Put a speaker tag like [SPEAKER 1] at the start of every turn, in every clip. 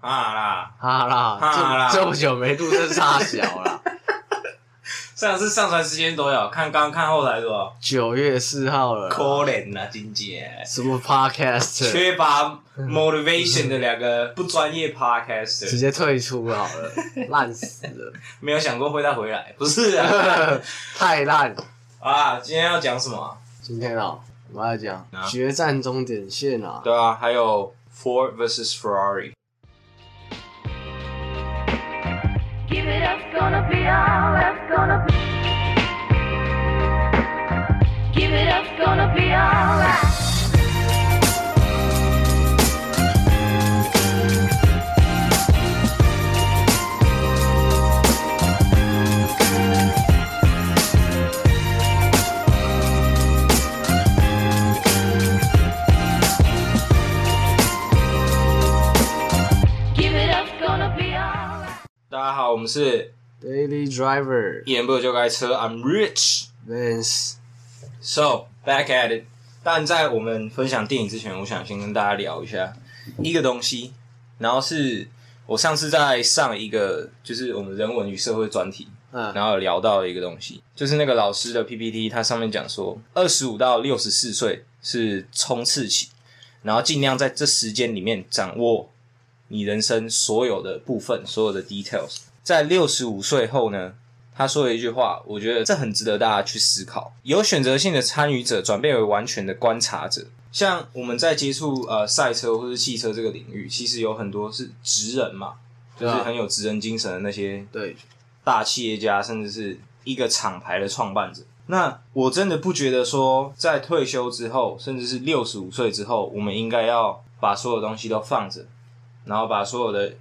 [SPEAKER 1] 啊啦！
[SPEAKER 2] 哈啦，
[SPEAKER 1] 哈啦
[SPEAKER 2] 这这么久没录，真差小 啦。
[SPEAKER 1] 上次上传时间多少？看刚看后哦台多少？
[SPEAKER 2] 九月四号了啦，
[SPEAKER 1] 可怜呐，金姐，
[SPEAKER 2] 什么 podcast
[SPEAKER 1] 缺乏 motivation 的两个不专业
[SPEAKER 2] 直
[SPEAKER 1] podcaster，
[SPEAKER 2] 接退出 好了，烂死了，
[SPEAKER 1] 没有想过会再回来，不是啊？
[SPEAKER 2] 太烂。
[SPEAKER 1] 啊，今天要讲什么啊？
[SPEAKER 2] 今天哦，我们要讲
[SPEAKER 1] 啊
[SPEAKER 2] 决战终点线啊，
[SPEAKER 1] 对啊，还有 Ford vs Ferrari。
[SPEAKER 3] Give it up, gonna be all that's gonna be. Give it up, gonna be all that. Give it up, gonna be all that.
[SPEAKER 1] 大家好，我们是
[SPEAKER 2] Daily Driver
[SPEAKER 1] 一言不合就该车，I'm Rich。
[SPEAKER 2] Vance，
[SPEAKER 1] So back at it。但在我们分享电影之前，我想先跟大家聊一下一个东西，然后是我上次在上一个就是我们人文与社会专题，
[SPEAKER 2] 嗯
[SPEAKER 1] 然后有聊到一个东西，就是那个老师的 PPT，它上面讲说，二十五到六十四岁是冲刺期，然后尽量在这时间里面掌握你人生所有的部分，所有的 details。在六十五岁后呢，他说了一句话，我觉得这很值得大家去思考。有选择性的参与者转变为完全的观察者。像我们在接触呃赛车或是汽车这个领域，其实有很多是职人嘛，就
[SPEAKER 2] 对
[SPEAKER 1] 是
[SPEAKER 2] 啊
[SPEAKER 1] 很有职人精神的那些
[SPEAKER 2] 对，
[SPEAKER 1] 大企业家，甚至是一个厂牌的创办者。那我真的不觉得说，在退休之后，甚至是六十五岁之后，我们应该要把所有东西都放着，然后把所有的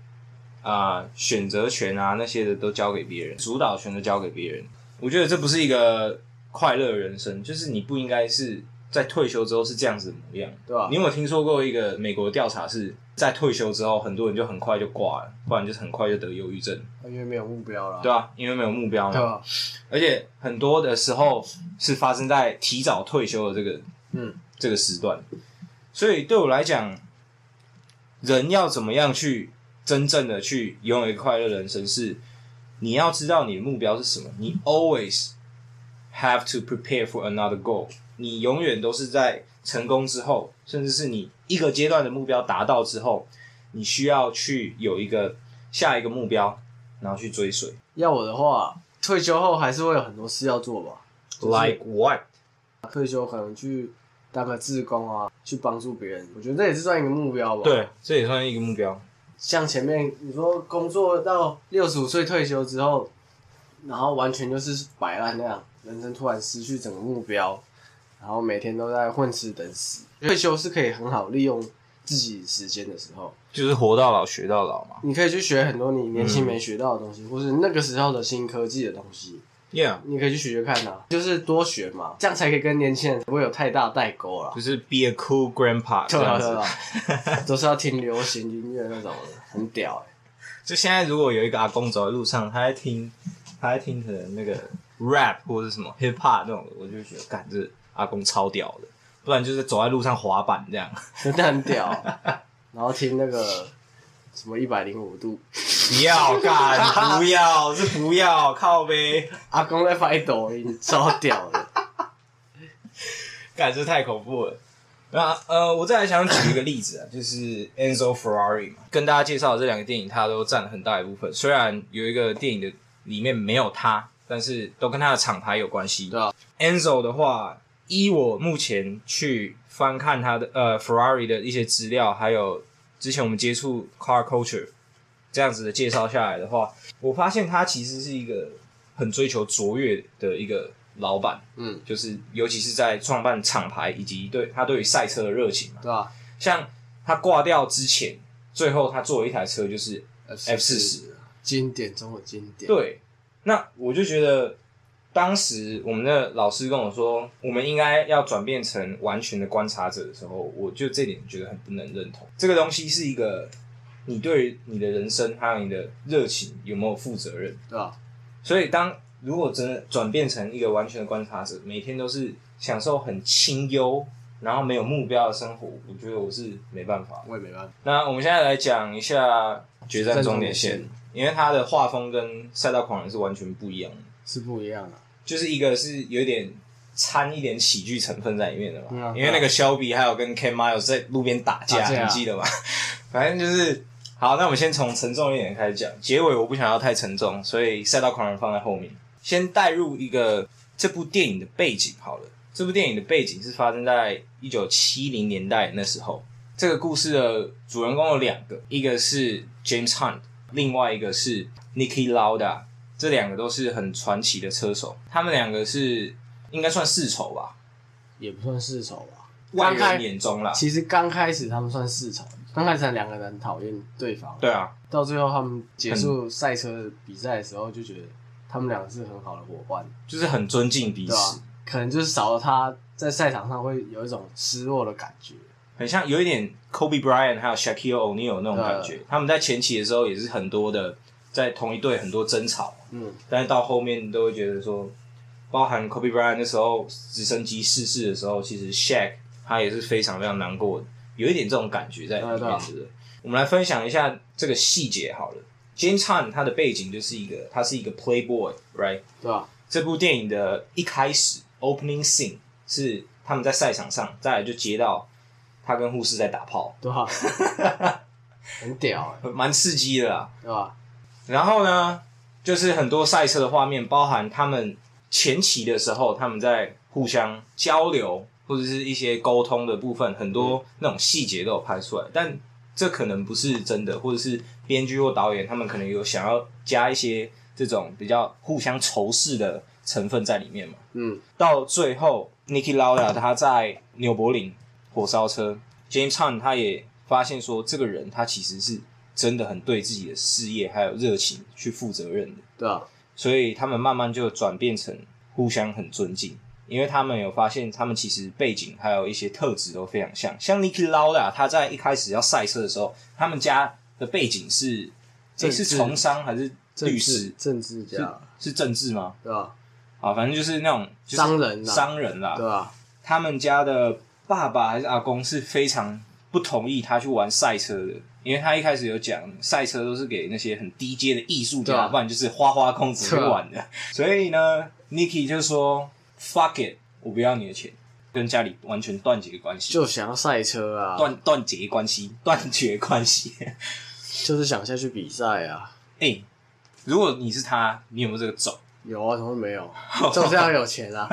[SPEAKER 1] 啊、选择权啊那些的都交给别人，主导权都交给别人。我觉得这不是一个快乐的人生，就是你不应该是在退休之后是这样子的模样。啊
[SPEAKER 2] 对吧
[SPEAKER 1] 你？有没有听说过一个美国的调查是，在退休之后，很多人就很快就挂了，不然就是很快就得忧郁症，
[SPEAKER 2] 因为没有目标了，
[SPEAKER 1] 对啊，因为没有目标嘛。
[SPEAKER 2] 对吧？
[SPEAKER 1] 而且很多的时候是发生在提早退休的这个
[SPEAKER 2] 嗯，
[SPEAKER 1] 这个时段，所以对我来讲，人要怎么样去真正的去拥有一个快乐人生是，你要知道你的目标是什么，你 always have to prepare for another goal，你永远都是在成功之后，甚至是你一个阶段的目标达到之后，你需要去有一个下一个目标，然后去追随。
[SPEAKER 2] 要我的话，退休后还是会有很多事要做吧。
[SPEAKER 1] Like what？
[SPEAKER 2] 退休可能去当个志工啊，去帮助别人，我觉得这也是算一个目标吧。，
[SPEAKER 1] 对，这也算是一个目标。
[SPEAKER 2] 像前面你说工作到六十五岁退休之后，然后完全就是摆烂那样，人生突然失去整个目标，然后每天都在混吃等死。退休是可以很好利用自己时间的时候，
[SPEAKER 1] 就是活到老学到老嘛。
[SPEAKER 2] 你可以去学很多你年轻没学到的东西，或是那个时候的新科技的东西，
[SPEAKER 1] Yeah，
[SPEAKER 2] 你可以去学学看啊，就是多学嘛，这样才可以跟年轻人不会有太大代沟啦
[SPEAKER 1] 就。是 be a cool grandpa 这
[SPEAKER 2] 对
[SPEAKER 1] 样
[SPEAKER 2] 啊
[SPEAKER 1] 子
[SPEAKER 2] 对。啊，都是要听流行音乐那种的，很屌哎、
[SPEAKER 1] 就现在，如果有一个阿公走在路上，他在听，他在听可能那个 rap 或者什么 hip hop 那种的，我就觉得，干这阿公超屌的。不然就是走在路上滑板这样。
[SPEAKER 2] 真的很屌。 然后听那个什么一百零五度，
[SPEAKER 1] 不要干，不要，是不要靠呗。
[SPEAKER 2] 阿公在拍抖音，超屌的。
[SPEAKER 1] 干这太恐怖了。那呃，我再来想举一个例子啊，就是 Enzo Ferrari 嘛，跟大家介绍的这两个电影，它都占了很大一部分。虽然有一个电影的里面没有他，但是都跟他的厂牌有关系。
[SPEAKER 2] 对啊
[SPEAKER 1] Enzo 的话，依我目前去翻看他的呃 Ferrari 的一些资料，还有之前我们接触 Car Culture 这样子的介绍下来的话，我发现他其实是一个很追求卓越的一个老板。
[SPEAKER 2] 嗯，
[SPEAKER 1] 就是尤其是在创办厂牌以及对他对于赛车的热情嘛。
[SPEAKER 2] 对吧、
[SPEAKER 1] 像他挂掉之前，最后他做了一台车就是
[SPEAKER 2] F
[SPEAKER 1] F 四十，
[SPEAKER 2] 呃经典中的经典。，
[SPEAKER 1] 对，那我就觉得当时我们的老师跟我说，我们应该要转变成完全的观察者的时候，我就这点觉得很不能认同。这个东西是一个你对于你的人生还有你的热情有没有负责任，
[SPEAKER 2] 对吧、
[SPEAKER 1] 所以当如果真的转变成一个完全的观察者，每天都是享受很清幽然后没有目标的生活，我觉得我是没办法的。
[SPEAKER 2] 我也没办法。
[SPEAKER 1] 那我们现在来讲一下《决战终点线
[SPEAKER 2] 决战终点》线，
[SPEAKER 1] 因为它的画风跟《赛道狂人》是完全不一样的，
[SPEAKER 2] 是不一样的、啊
[SPEAKER 1] 就是一个是有点掺一点喜剧成分在里面的嘛。
[SPEAKER 2] 嗯啊
[SPEAKER 1] 因为那个肖比还有跟 Ken Miles 在路边打架，
[SPEAKER 2] 打架
[SPEAKER 1] 你记得吗？ 反正就是好，那我们先从沉重一点开始讲。结尾我不想要太沉重，所以《赛道狂人》放在后面，先带入一个这部电影的背景好了。这部电影的背景是发生在一九七零年代那时候。这个故事的主人公有两个，一个是 James Hunt，另外一个是 Nicky Lauda，这两个都是很传奇的车手。他们两个是应该算世仇吧，
[SPEAKER 2] 也不算世仇吧。
[SPEAKER 1] 外
[SPEAKER 2] 刚开
[SPEAKER 1] 人眼中啦。
[SPEAKER 2] 其实刚开始他们算世仇，刚开始两个人很讨厌对方，
[SPEAKER 1] 对啊，
[SPEAKER 2] 到最后他们结束赛车比赛的时候，就觉得他们两个是很好的伙伴，
[SPEAKER 1] 就是很尊敬彼
[SPEAKER 2] 对啊吧、
[SPEAKER 1] 此，
[SPEAKER 2] 可能就是少了他在赛场上会有一种失落的感觉，
[SPEAKER 1] 很像有一点 Kobe Bryant 还有 Shaquille O'Neal 那种感觉。他们在前期的时候也是很多的，在同一队很多争吵，
[SPEAKER 2] 嗯，
[SPEAKER 1] 但是到后面都会觉得说，包含 Kobe Bryant 那时候直升机逝世的时候，其实 Shaq 他也是非常非常难过的，有一点这种感觉在里面，
[SPEAKER 2] 对啊对啊
[SPEAKER 1] 对不对？我们来分享一下这个细节好了。James Hunt 他的背景就是一个，他是一个 Playboy，right？
[SPEAKER 2] 对吧、
[SPEAKER 1] 这部电影的一开始 opening scene 是他们在赛场上，再来就接到他跟护士在打炮，
[SPEAKER 2] 对 吧、很屌哎、
[SPEAKER 1] 蛮刺激的啦。
[SPEAKER 2] 对吧、
[SPEAKER 1] 然后呢，就是很多赛车的画面，包含他们前期的时候，他们在互相交流或者是一些沟通的部分，很多那种细节都有拍出来，但这可能不是真的，或者是编剧或导演他们可能有想要加一些这种比较互相仇视的成分在里面嘛。
[SPEAKER 2] 嗯，
[SPEAKER 1] 到最后，Niki Lauda 他在纽柏林火烧车，James Hunt 他也发现说，这个人他其实是真的很对自己的事业还有热情去负责任的，
[SPEAKER 2] 对吧、
[SPEAKER 1] 所以他们慢慢就转变成互相很尊敬，因为他们有发现他们其实背景还有一些特质都非常像，像 Niki Lauda 他在一开始要赛车的时候，他们家的背景是这
[SPEAKER 2] 政治
[SPEAKER 1] 是从商还是
[SPEAKER 2] 政
[SPEAKER 1] 律
[SPEAKER 2] 治
[SPEAKER 1] 师？
[SPEAKER 2] 政治
[SPEAKER 1] 是
[SPEAKER 2] 家，
[SPEAKER 1] 是政治吗？
[SPEAKER 2] 对吧、
[SPEAKER 1] 啊，反正就是那种、就是
[SPEAKER 2] 商人啊
[SPEAKER 1] 商人啦，
[SPEAKER 2] 对吧、
[SPEAKER 1] 他们家的爸爸还是阿公是非常不同意他去玩赛车的，因为他一开始有讲赛车都是给那些很低阶的艺术
[SPEAKER 2] 对
[SPEAKER 1] 家，
[SPEAKER 2] 啊
[SPEAKER 1] 不然就是花花公子去玩的。所以呢，Niki 就说 “fuck it”，我不要你的钱，跟家里完全断绝关系，
[SPEAKER 2] 就想要赛车啊，
[SPEAKER 1] 断断绝关系，断绝关系。
[SPEAKER 2] 就是想下去比赛啊。
[SPEAKER 1] 哎、如果你是他，你有没有这个种？
[SPEAKER 2] 有啊，怎么会没 有？就是要有钱啊！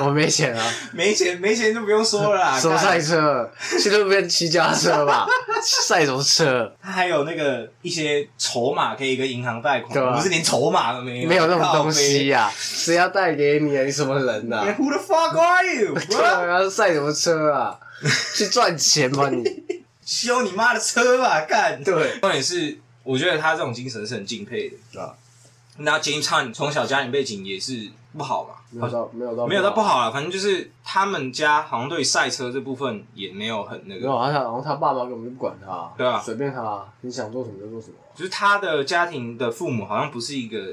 [SPEAKER 2] 我没钱啊，
[SPEAKER 1] 没钱，没钱就不用说了啦。
[SPEAKER 2] 什么
[SPEAKER 1] 干
[SPEAKER 2] 赛车？去路边骑脚踏车吧，赛什么车？
[SPEAKER 1] 他还有那个一些筹码可以跟银行贷款，
[SPEAKER 2] 对啊
[SPEAKER 1] 我们是连筹码都没有，
[SPEAKER 2] 没有那种
[SPEAKER 1] 靠
[SPEAKER 2] 东西啊
[SPEAKER 1] 背。
[SPEAKER 2] 呀、谁要带给你啊？你什么人呐、
[SPEAKER 1] 哎
[SPEAKER 2] 啊？
[SPEAKER 1] Who the fuck are you？
[SPEAKER 2] 对啊，赛什么车啊？去赚钱吧 你！
[SPEAKER 1] 修你妈的车吧，干！
[SPEAKER 2] 对
[SPEAKER 1] 重点是，我觉得他这种精神是很敬佩的。
[SPEAKER 2] 啊，
[SPEAKER 1] 那 James Hunt 从小家庭背景也是不好
[SPEAKER 2] 没
[SPEAKER 1] 嘛，
[SPEAKER 2] 有到没有到啊
[SPEAKER 1] 没有到不，好了，反正就是他们家好像对赛车这部分也没有很那
[SPEAKER 2] 没有，
[SPEAKER 1] 个，
[SPEAKER 2] 好像好像他爸妈根本就不管他，
[SPEAKER 1] 对啊
[SPEAKER 2] 随便他，你想做什么就做什么，
[SPEAKER 1] 就是他的家庭的父母好像不是一个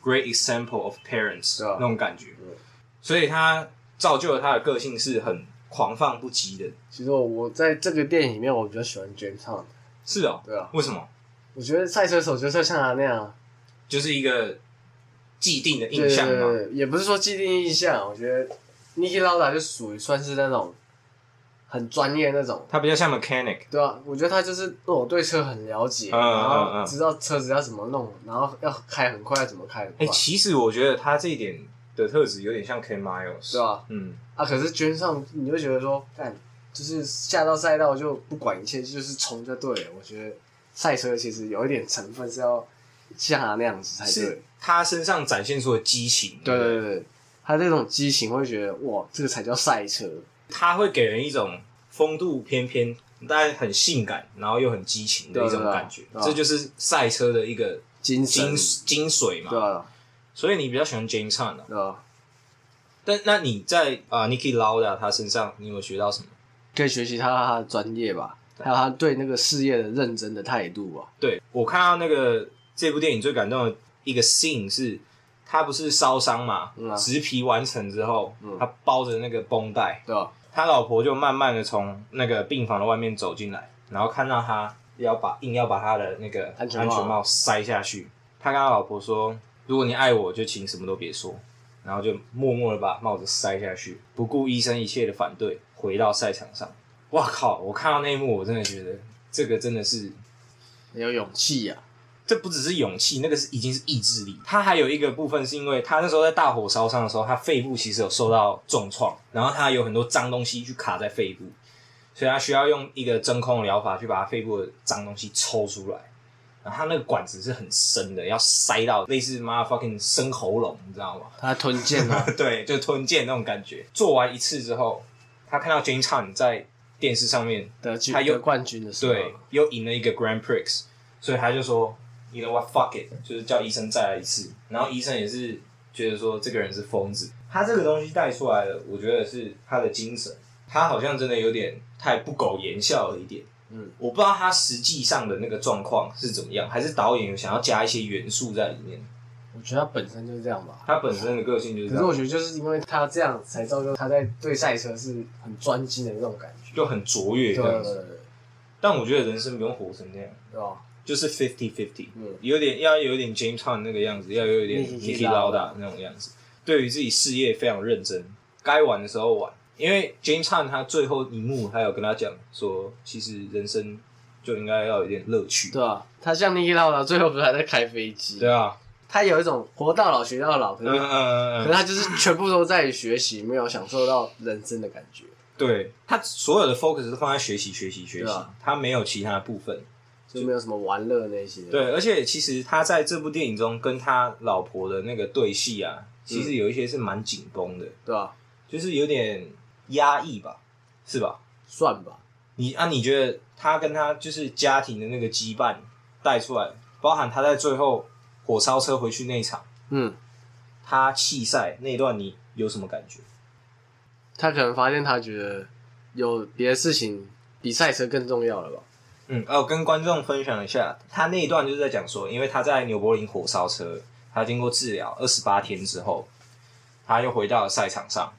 [SPEAKER 1] great example of parents
[SPEAKER 2] 对啊
[SPEAKER 1] 那种感觉
[SPEAKER 2] 对，
[SPEAKER 1] 所以他造就了他的个性是很狂放不羁的。
[SPEAKER 2] 其实我我在这个电影里面，我比较喜欢 James Hunt，
[SPEAKER 1] 是哦，
[SPEAKER 2] 对啊
[SPEAKER 1] 为什么？
[SPEAKER 2] 我觉得赛车手就是要像他那样啊，
[SPEAKER 1] 就是一个既定的印
[SPEAKER 2] 对对
[SPEAKER 1] 象嘛。
[SPEAKER 2] 对，对也不是说既定印象，我觉得 Niki Lauda 就属于算是那种很专业那种，
[SPEAKER 1] 他比较像 mechanic，
[SPEAKER 2] 对啊，我觉得他就是我对车很了解，
[SPEAKER 1] 嗯
[SPEAKER 2] 然
[SPEAKER 1] 嗯
[SPEAKER 2] 后
[SPEAKER 1] 嗯
[SPEAKER 2] 知道车子要怎么弄，然后要开很快，要怎么开很
[SPEAKER 1] 哎、
[SPEAKER 2] 快，
[SPEAKER 1] 其实我觉得他这一点的特质有点像 K Miles，
[SPEAKER 2] 对吧？
[SPEAKER 1] 嗯，
[SPEAKER 2] 啊，可是捐上你就觉得说，干就是下到赛道就不管一切，就是冲就对了。我觉得赛车其实有一点成分是要像他那样子才哎对
[SPEAKER 1] 是。他身上展现出的激情，
[SPEAKER 2] 对
[SPEAKER 1] 不
[SPEAKER 2] 对对对，他这种激情会觉得哇，这个才叫赛车。
[SPEAKER 1] 他会给人一种风度翩翩，但很性感，然后又很激情的一种
[SPEAKER 2] 对啊对啊
[SPEAKER 1] 感觉，
[SPEAKER 2] 对啊
[SPEAKER 1] 这就是赛车的一个
[SPEAKER 2] 精神
[SPEAKER 1] 精精髓嘛。
[SPEAKER 2] 对啊，
[SPEAKER 1] 所以你比较喜欢 James Hunt 啊，
[SPEAKER 2] 对啊，
[SPEAKER 1] 但那你在啊、呃、Niki Lauda 他身上，你有没有学到什么？
[SPEAKER 2] 可以学习他他的专业吧，还有他对那个事业的认真的态度啊吧。
[SPEAKER 1] 对我看到那个这部电影最感动的一个 scene 是，他不是烧伤嘛，
[SPEAKER 2] 嗯啊
[SPEAKER 1] 植皮完成之后，
[SPEAKER 2] 嗯
[SPEAKER 1] 他包着那个绷带，
[SPEAKER 2] 对吧、
[SPEAKER 1] 他他老婆就慢慢的从那个病房的外面走进来，然后看到他要把硬要把他的那个
[SPEAKER 2] 安
[SPEAKER 1] 安
[SPEAKER 2] 全
[SPEAKER 1] 全
[SPEAKER 2] 帽
[SPEAKER 1] 帽塞下去。他跟他老婆说：“如果你爱我，就请什么都别说。”然后就默默的把帽子塞下去，不顾医生一切的反对，回到赛场上。哇靠！我看到那一幕，我真的觉得这个真的是
[SPEAKER 2] 很有勇气啊呀、
[SPEAKER 1] 这不只是勇气，那个是已经是意志力。他还有一个部分是因为他那时候在大火烧伤的时候，他肺部其实有受到重创，然后他有很多脏东西去卡在肺部，所以他需要用一个真空的疗法去把他肺部的脏东西抽出来。然后他那个管子是很深的，要塞到类似妈 fucking 生喉咙，你知道吗？
[SPEAKER 2] 他吞剑啊，
[SPEAKER 1] 对，就吞剑那种感觉。做完一次之后，他看到 Jane Chan 在电视上面
[SPEAKER 2] 得
[SPEAKER 1] 他
[SPEAKER 2] 冠
[SPEAKER 1] 又
[SPEAKER 2] 得冠军的时候，啊
[SPEAKER 1] 对，又赢了一个 Grand Prix，所以他就说，You know what, fuck it，就是叫医生再来一次。然后医生也是觉得说这个人是疯子，他这个东西带出来了，我觉得是他的精神，他好像真的有点太不苟言笑了一点。
[SPEAKER 2] 嗯，
[SPEAKER 1] 我不知道他实际上的那个状况是怎么样，还是导演有想要加一些元素在里面。
[SPEAKER 2] 我觉得他本身就是这样吧。
[SPEAKER 1] 他本身的个性就是
[SPEAKER 2] 可
[SPEAKER 1] 这
[SPEAKER 2] 是我
[SPEAKER 1] 样，
[SPEAKER 2] 觉得就是因为他这样，才造就他在对赛车是很专精的那种感觉。
[SPEAKER 1] 就很卓越
[SPEAKER 2] 对
[SPEAKER 1] 这
[SPEAKER 2] 对
[SPEAKER 1] 样
[SPEAKER 2] 对
[SPEAKER 1] 子。
[SPEAKER 2] 对，
[SPEAKER 1] 但我觉得人生不用活成这样，
[SPEAKER 2] 对啊吧？
[SPEAKER 1] 就是 fifty fifty。
[SPEAKER 2] 嗯，
[SPEAKER 1] 有点要有点 James Hunt 那个样子，要有一点
[SPEAKER 2] Niki
[SPEAKER 1] Niki l a u d a 那种样子。对于自己事业非常认真，该玩的时候玩。因为 James Hunt 他最后一幕还有跟他讲说，其实人生就应该要有点乐趣。
[SPEAKER 2] 对啊，他像 Niki 老老最后不是还在开飞机？
[SPEAKER 1] 对啊，
[SPEAKER 2] 他有一种活到老学到老，可
[SPEAKER 1] 嗯
[SPEAKER 2] 是、
[SPEAKER 1] 嗯嗯
[SPEAKER 2] 可
[SPEAKER 1] 嗯
[SPEAKER 2] 是
[SPEAKER 1] 嗯，
[SPEAKER 2] 他就是全部都在学习，没有享受到人生的感觉。
[SPEAKER 1] 对他所有的 focus 都放在学习、学习、学
[SPEAKER 2] 对
[SPEAKER 1] 习
[SPEAKER 2] 啊，
[SPEAKER 1] 他没有其他部分。
[SPEAKER 2] 就没有什么玩乐那些。，
[SPEAKER 1] 对，而且其实他在这部电影中跟他老婆的那个对戏啊，其
[SPEAKER 2] 嗯
[SPEAKER 1] 实有一些是蛮紧绷的，
[SPEAKER 2] 对啊吧？
[SPEAKER 1] 就是有点压抑吧，是吧？
[SPEAKER 2] 算吧，
[SPEAKER 1] 你啊，你觉得他跟他就是家庭的那个羁绊带出来，包含他在最后火烧车回去那一场，
[SPEAKER 2] 嗯，
[SPEAKER 1] 他弃赛那一段，你有什么感觉？
[SPEAKER 2] 他可能发现他觉得有别的事情比赛车更重要了吧？
[SPEAKER 1] 嗯，哦，跟观众分享一下，他那一段就是在讲说，因为他在纽柏林火烧车，他经过治疗二十八天之后，他又回到了赛场上。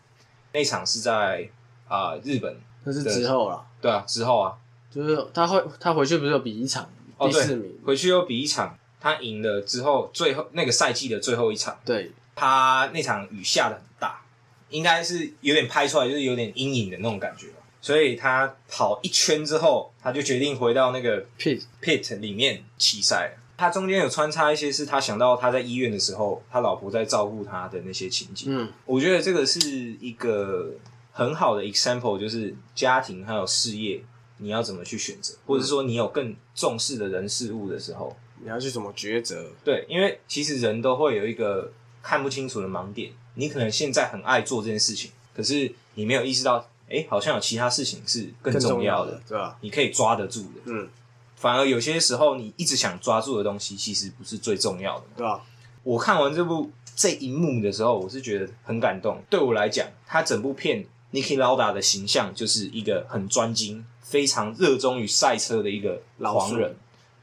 [SPEAKER 1] 那一场是在啊、呃日本，
[SPEAKER 2] 那是
[SPEAKER 1] 对
[SPEAKER 2] 之后啦，
[SPEAKER 1] 对啊，之后啊，
[SPEAKER 2] 就是他会他回去不是有比一场
[SPEAKER 1] 哦
[SPEAKER 2] 第
[SPEAKER 1] 对
[SPEAKER 2] 四名？
[SPEAKER 1] 回去又比一场，他赢了之后，最后那个赛季的最后一场。
[SPEAKER 2] 对，
[SPEAKER 1] 他那场雨下的很大，应该是有点拍出来就是有点阴影的那种感觉吧。所以他跑一圈之后，他就决定回到那个
[SPEAKER 2] 屁
[SPEAKER 1] pit 里面弃赛了。他中间有穿插一些是他想到他在医院的时候，他老婆在照顾他的那些情景。
[SPEAKER 2] 嗯，
[SPEAKER 1] 我觉得这个是一个很好的 example，就是家庭还有事业，你要怎么去选择，或者是说你有更重视的人事物的时候，
[SPEAKER 2] 你要去怎么抉择？
[SPEAKER 1] 对，因为其实人都会有一个看不清楚的盲点，你可能现在很爱做这件事情，可是你没有意识到，哎、好像有其他事情是更
[SPEAKER 2] 更
[SPEAKER 1] 重要
[SPEAKER 2] 要
[SPEAKER 1] 的，
[SPEAKER 2] 对吧？
[SPEAKER 1] 你可以抓得住的。
[SPEAKER 2] 嗯，
[SPEAKER 1] 反而有些时候，你一直想抓住的东西，其实不是最重要的。
[SPEAKER 2] 对吧？
[SPEAKER 1] 我看完这部这一幕的时候，我是觉得很感动。对我来讲，他整部片 Niki Lauda 的形象就是一个很专精、非常热衷于赛车的一个
[SPEAKER 2] 老鼠
[SPEAKER 1] 狂人。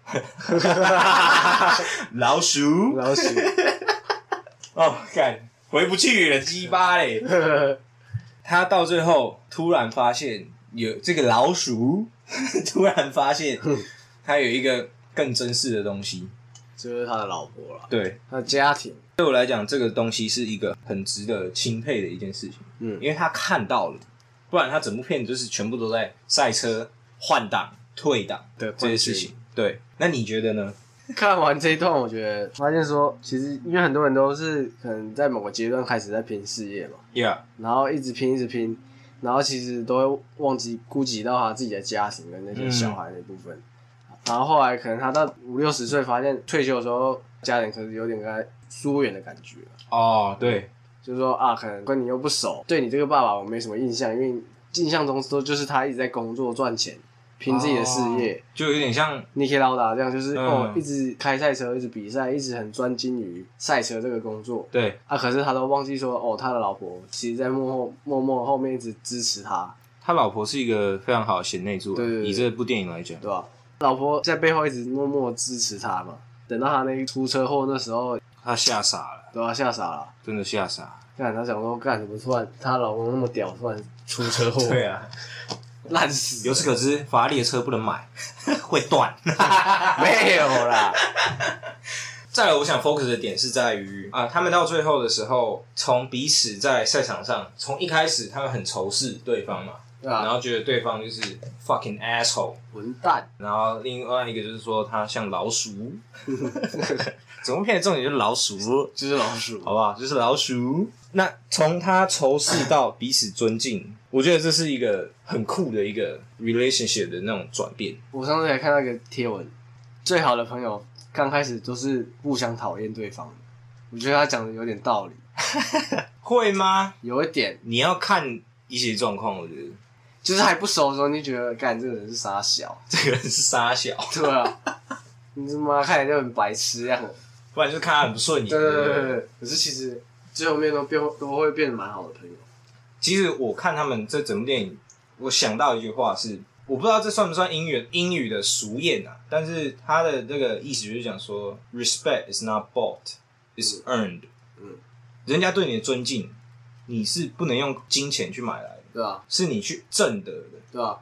[SPEAKER 1] 老鼠
[SPEAKER 2] 然后是，
[SPEAKER 1] 哦，干回不去了，鸡巴嘞！他到最后突然发现有这个老鼠， 突然发现他有一个更珍视的东西。
[SPEAKER 2] 就是他的老婆了，
[SPEAKER 1] 对，
[SPEAKER 2] 他的家庭，
[SPEAKER 1] 对我来讲，这个东西是一个很值得钦佩的一件事情。
[SPEAKER 2] 嗯
[SPEAKER 1] 因为他看到了，不然他整部片就是全部都在赛车换挡、退档
[SPEAKER 2] 对
[SPEAKER 1] 这些事情。对，那你觉得呢？
[SPEAKER 2] 看完这一段，我觉得发现说，其实因为很多人都是可能在某个阶段开始在拼事业嘛，
[SPEAKER 1] Yeah，
[SPEAKER 2] 然后一直拼一直拼，然后其实都会忘记顾及到他自己的家庭跟那些小孩那部分。然后后来可能他到五六十岁，发现退休的时候，家人可能有点跟他疏远的感觉，
[SPEAKER 1] 哦，对，
[SPEAKER 2] 就是说啊，可能跟你又不熟，对你这个爸爸我没什么印象，因为印象中都就是他一直在工作赚钱，拼自己的事业。
[SPEAKER 1] 哦就有点像，
[SPEAKER 2] 尼克劳达这样就是、
[SPEAKER 1] 嗯
[SPEAKER 2] 哦，一直开赛车，一直比赛，一直很专精于赛车这个工作
[SPEAKER 1] 对
[SPEAKER 2] 啊。可是他都忘记说，哦，他的老婆其实在幕后默默后面一直支持他，
[SPEAKER 1] 他老婆是一个非常好的贤内助啊，
[SPEAKER 2] 对对对
[SPEAKER 1] 以这部电影来讲，
[SPEAKER 2] 对吧？老婆在背后一直默默支持他嘛。等到他那一出车祸那时候，
[SPEAKER 1] 他吓傻了，
[SPEAKER 2] 都要吓傻了。
[SPEAKER 1] 真的吓傻了。
[SPEAKER 2] 干，她想说干怎么突然她老公那么屌，突然出车祸，
[SPEAKER 1] 对啊，
[SPEAKER 2] 烂死
[SPEAKER 1] 由
[SPEAKER 2] 了，
[SPEAKER 1] 此可知，法拉利的车不能买， 会断。
[SPEAKER 2] 没有 啦，
[SPEAKER 1] 再来，我想 focus 的点是在于啊，他们到最后的时候，从彼此在赛场上，从一开始他们很仇视对方嘛，
[SPEAKER 2] 对
[SPEAKER 1] 然
[SPEAKER 2] 吧？
[SPEAKER 1] 后觉得对方就是 fucking asshole，
[SPEAKER 2] 混蛋，
[SPEAKER 1] 然后另外一个就是说他像老鼠， 整部片的重点就是老鼠，
[SPEAKER 2] 就是老鼠，
[SPEAKER 1] 好不好？就是老鼠。那从他仇视到彼此尊敬， 我觉得这是一个很酷的一个 relationship 的那种转变。
[SPEAKER 2] 我上次还看到一个贴文，最好的朋友刚开始都是互相讨厌对方的，我觉得他讲的有点道理，
[SPEAKER 1] 会吗？
[SPEAKER 2] 有一点
[SPEAKER 1] 你要看一些状况，我觉得
[SPEAKER 2] 就是还不熟的时候，你就觉得干这个人是 傻小，
[SPEAKER 1] 这个人是傻小，
[SPEAKER 2] 对啊，你他妈看起来就很白痴样，
[SPEAKER 1] 不然就是看他很不顺眼。
[SPEAKER 2] 对对对对对，可是其实最后面都变都会变得蛮好的朋友，
[SPEAKER 1] 其实我看他们这整部电影，我想到一句话是，我不知道这算不算英语英语的俗谚啊，但是它的那个意思就是讲说，respect is not bought, is earned。
[SPEAKER 2] 嗯，
[SPEAKER 1] 人家对你的尊敬，你是不能用金钱去买来的，
[SPEAKER 2] 对吧？
[SPEAKER 1] 是你去挣得的，
[SPEAKER 2] 对吧？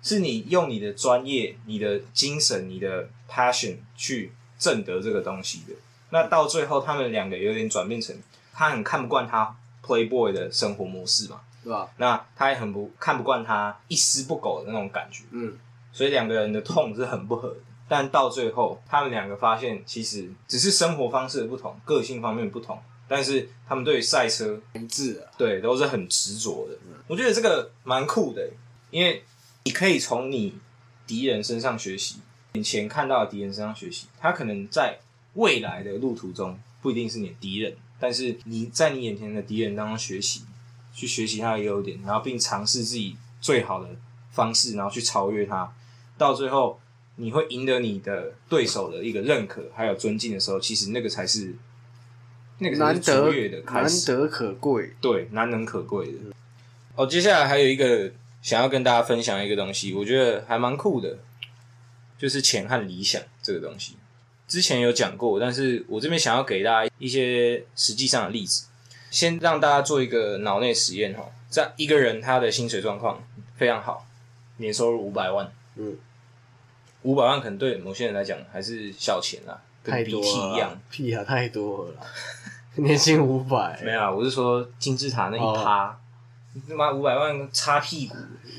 [SPEAKER 1] 是你用你的专业、你的精神、你的 passion 去挣得这个东西的。那到最后，他们两个有点转变成，他很看不惯他 playboy 的生活模式嘛。
[SPEAKER 2] 对吧？
[SPEAKER 1] 那他也很不看不惯他一丝不苟的那种感觉，
[SPEAKER 2] 嗯，
[SPEAKER 1] 所以两个人的痛是很不合的。但到最后，他们两个发现，其实只是生活方式的不同，个性方面的不同，但是他们对于赛车
[SPEAKER 2] 一致的，
[SPEAKER 1] 对都是很执着
[SPEAKER 2] 嗯
[SPEAKER 1] 的。我觉得这个蛮酷的，因为你可以从你敌人身上学习，眼前看到的敌人身上学习，他可能在未来的路途中不一定是你的敌人，但是你在你眼前的敌人当中学习，去学习他的优点，然后并尝试自己最好的方式，然后去超越他，到最后。你会赢得你的对手的一个认可，还有尊敬的时候，其实那个才是那个才
[SPEAKER 2] 难
[SPEAKER 1] 是
[SPEAKER 2] 得
[SPEAKER 1] 卓越的开
[SPEAKER 2] 难
[SPEAKER 1] 始。
[SPEAKER 2] 得可贵，
[SPEAKER 1] 对，难能可贵的。哦，接下来还有一个想要跟大家分享一个东西，我觉得还蛮酷的，就是钱和理想这个东西。之前有讲过，但是我这边想要给大家一些实际上的例子，先让大家做一个脑内实验哈。在一个人他的薪水状况非常好，年收入五百万，
[SPEAKER 2] 嗯，
[SPEAKER 1] 五百万可能对某些人来讲还是小钱啦，跟
[SPEAKER 2] 太
[SPEAKER 1] 鼻
[SPEAKER 2] 多
[SPEAKER 1] 涕
[SPEAKER 2] 了
[SPEAKER 1] 一样
[SPEAKER 2] 啦。，屁啊，太多了啦， 年薪五
[SPEAKER 1] 没
[SPEAKER 2] 百，
[SPEAKER 1] 有啊，我是说金字塔那一
[SPEAKER 2] 哦
[SPEAKER 1] 趴，他妈五百万擦屁股。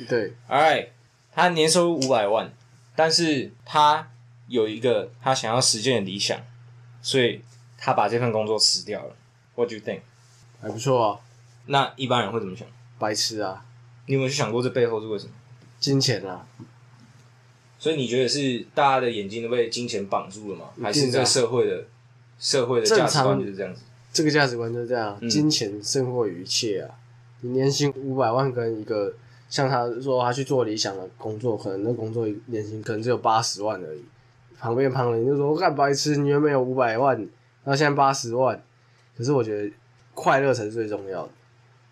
[SPEAKER 2] 对，
[SPEAKER 1] Alright，他年收入五百万，但是他有一个他想要实现的理想，所以他把这份工作辞掉了。What do you think？
[SPEAKER 2] 还不错啊，
[SPEAKER 1] 那一般人会怎么想？
[SPEAKER 2] 白痴啊，
[SPEAKER 1] 你有没有去想过这背后是为什么？
[SPEAKER 2] 金钱啊，
[SPEAKER 1] 所以你觉得是大家的眼睛都被金钱绑住了吗？还是这个社会的社会的价值观就是这样子？
[SPEAKER 2] 这个价值观就是这样，啊
[SPEAKER 1] 嗯
[SPEAKER 2] 金钱胜过于一切啊！你年薪五百万跟一个像他说他去做理想的工作，可能那工作年薪可能只有八十万而已。旁边旁人就说：“干白痴，你原本有五百万，然后现在八十万。”可是我觉得快乐才是最重要的。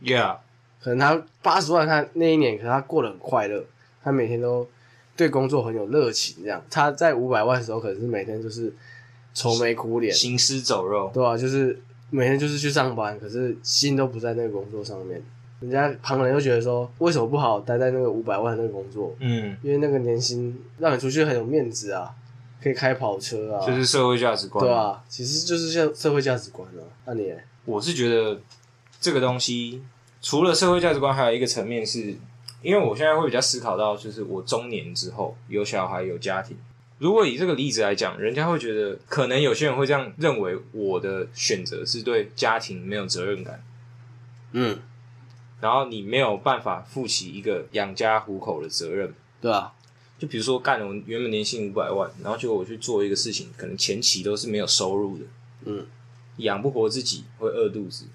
[SPEAKER 1] Yeah，
[SPEAKER 2] 可能他八十万，他那一年可能他过得很快乐，他每天都对工作很有热情，这样。他在五百万的时候，可能是每天就是愁眉苦脸，
[SPEAKER 1] 行尸走肉。
[SPEAKER 2] 对啊，就是每天就是去上班，可是心都不在那个工作上面。人家旁人又觉得说，为什么不好好待在那个五百万的那个工作？
[SPEAKER 1] 嗯，
[SPEAKER 2] 因为那个年薪让你出去很有面子啊，可以开跑车啊，
[SPEAKER 1] 就是社会价值观。
[SPEAKER 2] 对啊，其实就是像社会价值观啊。那、你嘞
[SPEAKER 1] 我是觉得这个东西除了社会价值观，还有一个层面是，因为我现在会比较思考到，就是我中年之后有小孩有家庭。如果以这个例子来讲，人家会觉得，可能有些人会这样认为，我的选择是对家庭没有责任感，
[SPEAKER 2] 嗯，
[SPEAKER 1] 然后你没有办法负起一个养家糊口的责任。
[SPEAKER 2] 对啊，
[SPEAKER 1] 就比如说，干我原本年薪五百万，然后结果我去做一个事情，可能前期都是没有收入的，
[SPEAKER 2] 嗯，
[SPEAKER 1] 养不活自己，会饿肚子，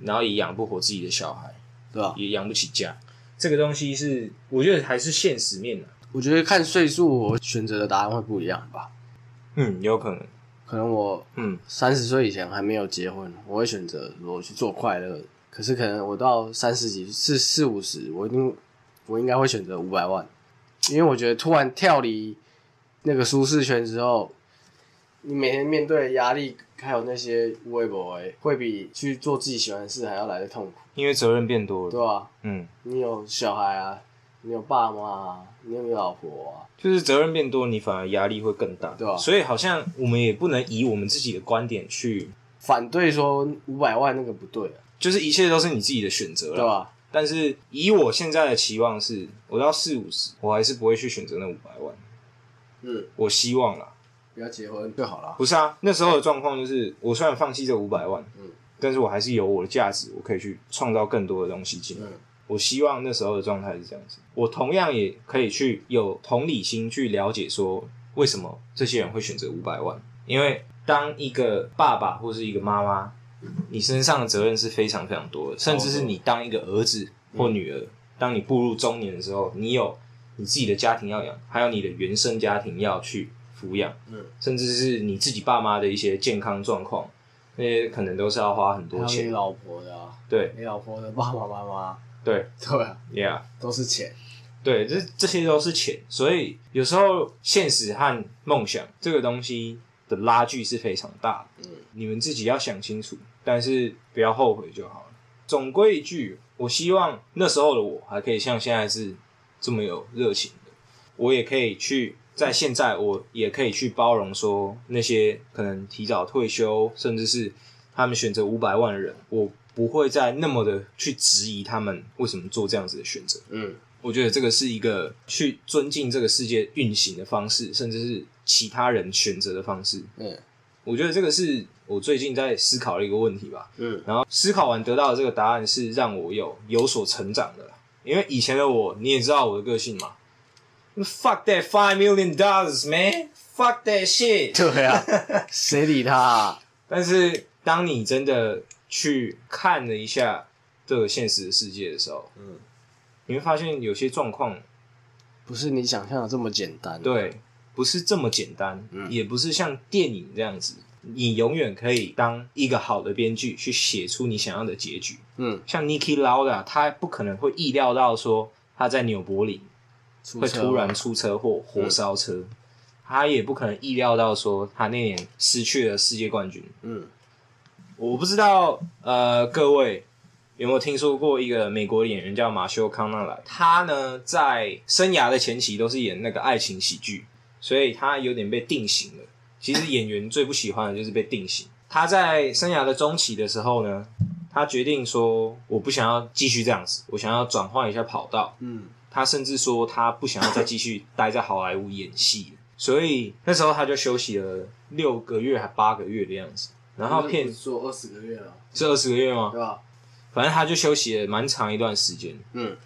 [SPEAKER 1] 然后也养不活自己的小孩，
[SPEAKER 2] 对啊。
[SPEAKER 1] 也养不起家。这个东西是，我觉得还是现实面的、啊
[SPEAKER 2] 我觉得看岁数，我选择的答案会不一样吧。
[SPEAKER 1] 嗯，有可能。
[SPEAKER 2] 可能我
[SPEAKER 1] 嗯，
[SPEAKER 2] 三十岁以前还没有结婚，我会选择我去做快乐的。可是可能我到三十几、四四五十，我一定我应该会选择五百万，因为我觉得突然跳离那个舒适圈之后，你每天面对的压力，还有那些微博，哎，会比去做自己喜欢的事还要来的痛苦，
[SPEAKER 1] 因为责任变多
[SPEAKER 2] 对啊
[SPEAKER 1] 了。
[SPEAKER 2] 吧、
[SPEAKER 1] 嗯，
[SPEAKER 2] 你有小孩啊，你有爸妈啊，你有老婆啊，
[SPEAKER 1] 就是责任变多，你反而压力会更大。
[SPEAKER 2] 对啊
[SPEAKER 1] 所以好像我们也不能以我们自己的观点去，
[SPEAKER 2] 反对说五百万那个不对、啊，
[SPEAKER 1] 就是一切都是你自己的选择
[SPEAKER 2] 对啊
[SPEAKER 1] 了。
[SPEAKER 2] 吧、
[SPEAKER 1] 但是以我现在的期望是，我到四五十，我还是不会去选择那五百万。
[SPEAKER 2] 嗯，
[SPEAKER 1] 我希望啦，
[SPEAKER 2] 不要结婚就好了。
[SPEAKER 1] 不是啊，那时候的状况就是，我虽然放弃这五百万，
[SPEAKER 2] 嗯，
[SPEAKER 1] 但是我还是有我的价值，我可以去创造更多的东西进来。
[SPEAKER 2] 嗯
[SPEAKER 1] 我希望那时候的状态是这样子，我同样也可以去有同理心去了解说，为什么这些人会选择五百万？因为当一个爸爸或是一个妈妈，你身上的责任是非常非常多的，甚至是你当一个儿子或女儿，当你步入中年的时候，你有你自己的家庭要养，还有你的原生家庭要去抚养，
[SPEAKER 2] 嗯，
[SPEAKER 1] 甚至是你自己爸妈的一些健康状况，那些可能都是要花很多
[SPEAKER 2] 还有你
[SPEAKER 1] 钱。
[SPEAKER 2] 老婆的、啊，
[SPEAKER 1] 对
[SPEAKER 2] 你老婆的爸爸妈妈，
[SPEAKER 1] 对
[SPEAKER 2] 对啊，
[SPEAKER 1] ，Yeah。
[SPEAKER 2] 都是钱。
[SPEAKER 1] 对，这这些都是钱，所以有时候现实和梦想这个东西的拉距是非常大的。
[SPEAKER 2] 嗯，
[SPEAKER 1] 你们自己要想清楚，但是不要后悔就好了。总归一句，我希望那时候的我还可以像现在是这么有热情的，我也可以去在现在，我也可以去包容说那些可能提早退休，甚至是他们选择五百万的人，我不会再那么的去质疑他们为什么做这样子的选择。
[SPEAKER 2] 嗯，
[SPEAKER 1] 我觉得这个是一个去尊敬这个世界运行的方式，甚至是其他人选择的方式。
[SPEAKER 2] 嗯，
[SPEAKER 1] 我觉得这个是我最近在思考的一个问题吧。
[SPEAKER 2] 嗯，
[SPEAKER 1] 然后思考完得到的这个答案是让我有有所成长的啦，因为以前的我你也知道我的个性嘛。Fuck that five million dollars, man! Fuck that shit!
[SPEAKER 2] 对 啊，谁理他、啊？
[SPEAKER 1] 但是当你真的去看了一下这个现实的世界的时候，
[SPEAKER 2] 嗯，
[SPEAKER 1] 你会发现有些状况
[SPEAKER 2] 不是你想象的这么简单。，
[SPEAKER 1] 对，不是这么简单，
[SPEAKER 2] 嗯
[SPEAKER 1] 也不是像电影这样子，你永远可以当一个好的编剧去写出你想要的结局。
[SPEAKER 2] 嗯，
[SPEAKER 1] 像 Niki Lauda，他不可能会意料到说他在纽柏林
[SPEAKER 2] 出
[SPEAKER 1] 会
[SPEAKER 2] 车
[SPEAKER 1] 突然
[SPEAKER 2] 祸嗯
[SPEAKER 1] 出车祸、火烧车，他也不可能意料到说他那年失去了世界冠军。
[SPEAKER 2] 嗯，
[SPEAKER 1] 我不知道呃各位有没有听说过一个美国演员叫马修康纳莱，他呢在生涯的前期都是演那个爱情喜剧，所以他有点被定型了。其实演员最不喜欢的就是被定型。他在生涯的中期的时候呢，他决定说我不想要继续这样子，我想要转换一下跑道。
[SPEAKER 2] 嗯，
[SPEAKER 1] 他甚至说他不想要再继续待在好莱坞演戏了，所以那时候他就休息了六个月还八个月的样子。然后片
[SPEAKER 2] 做二十个月了，
[SPEAKER 1] 是二十个月吗
[SPEAKER 2] 对？吧？
[SPEAKER 1] 反正他就休息了蛮长一段时间，
[SPEAKER 2] 嗯，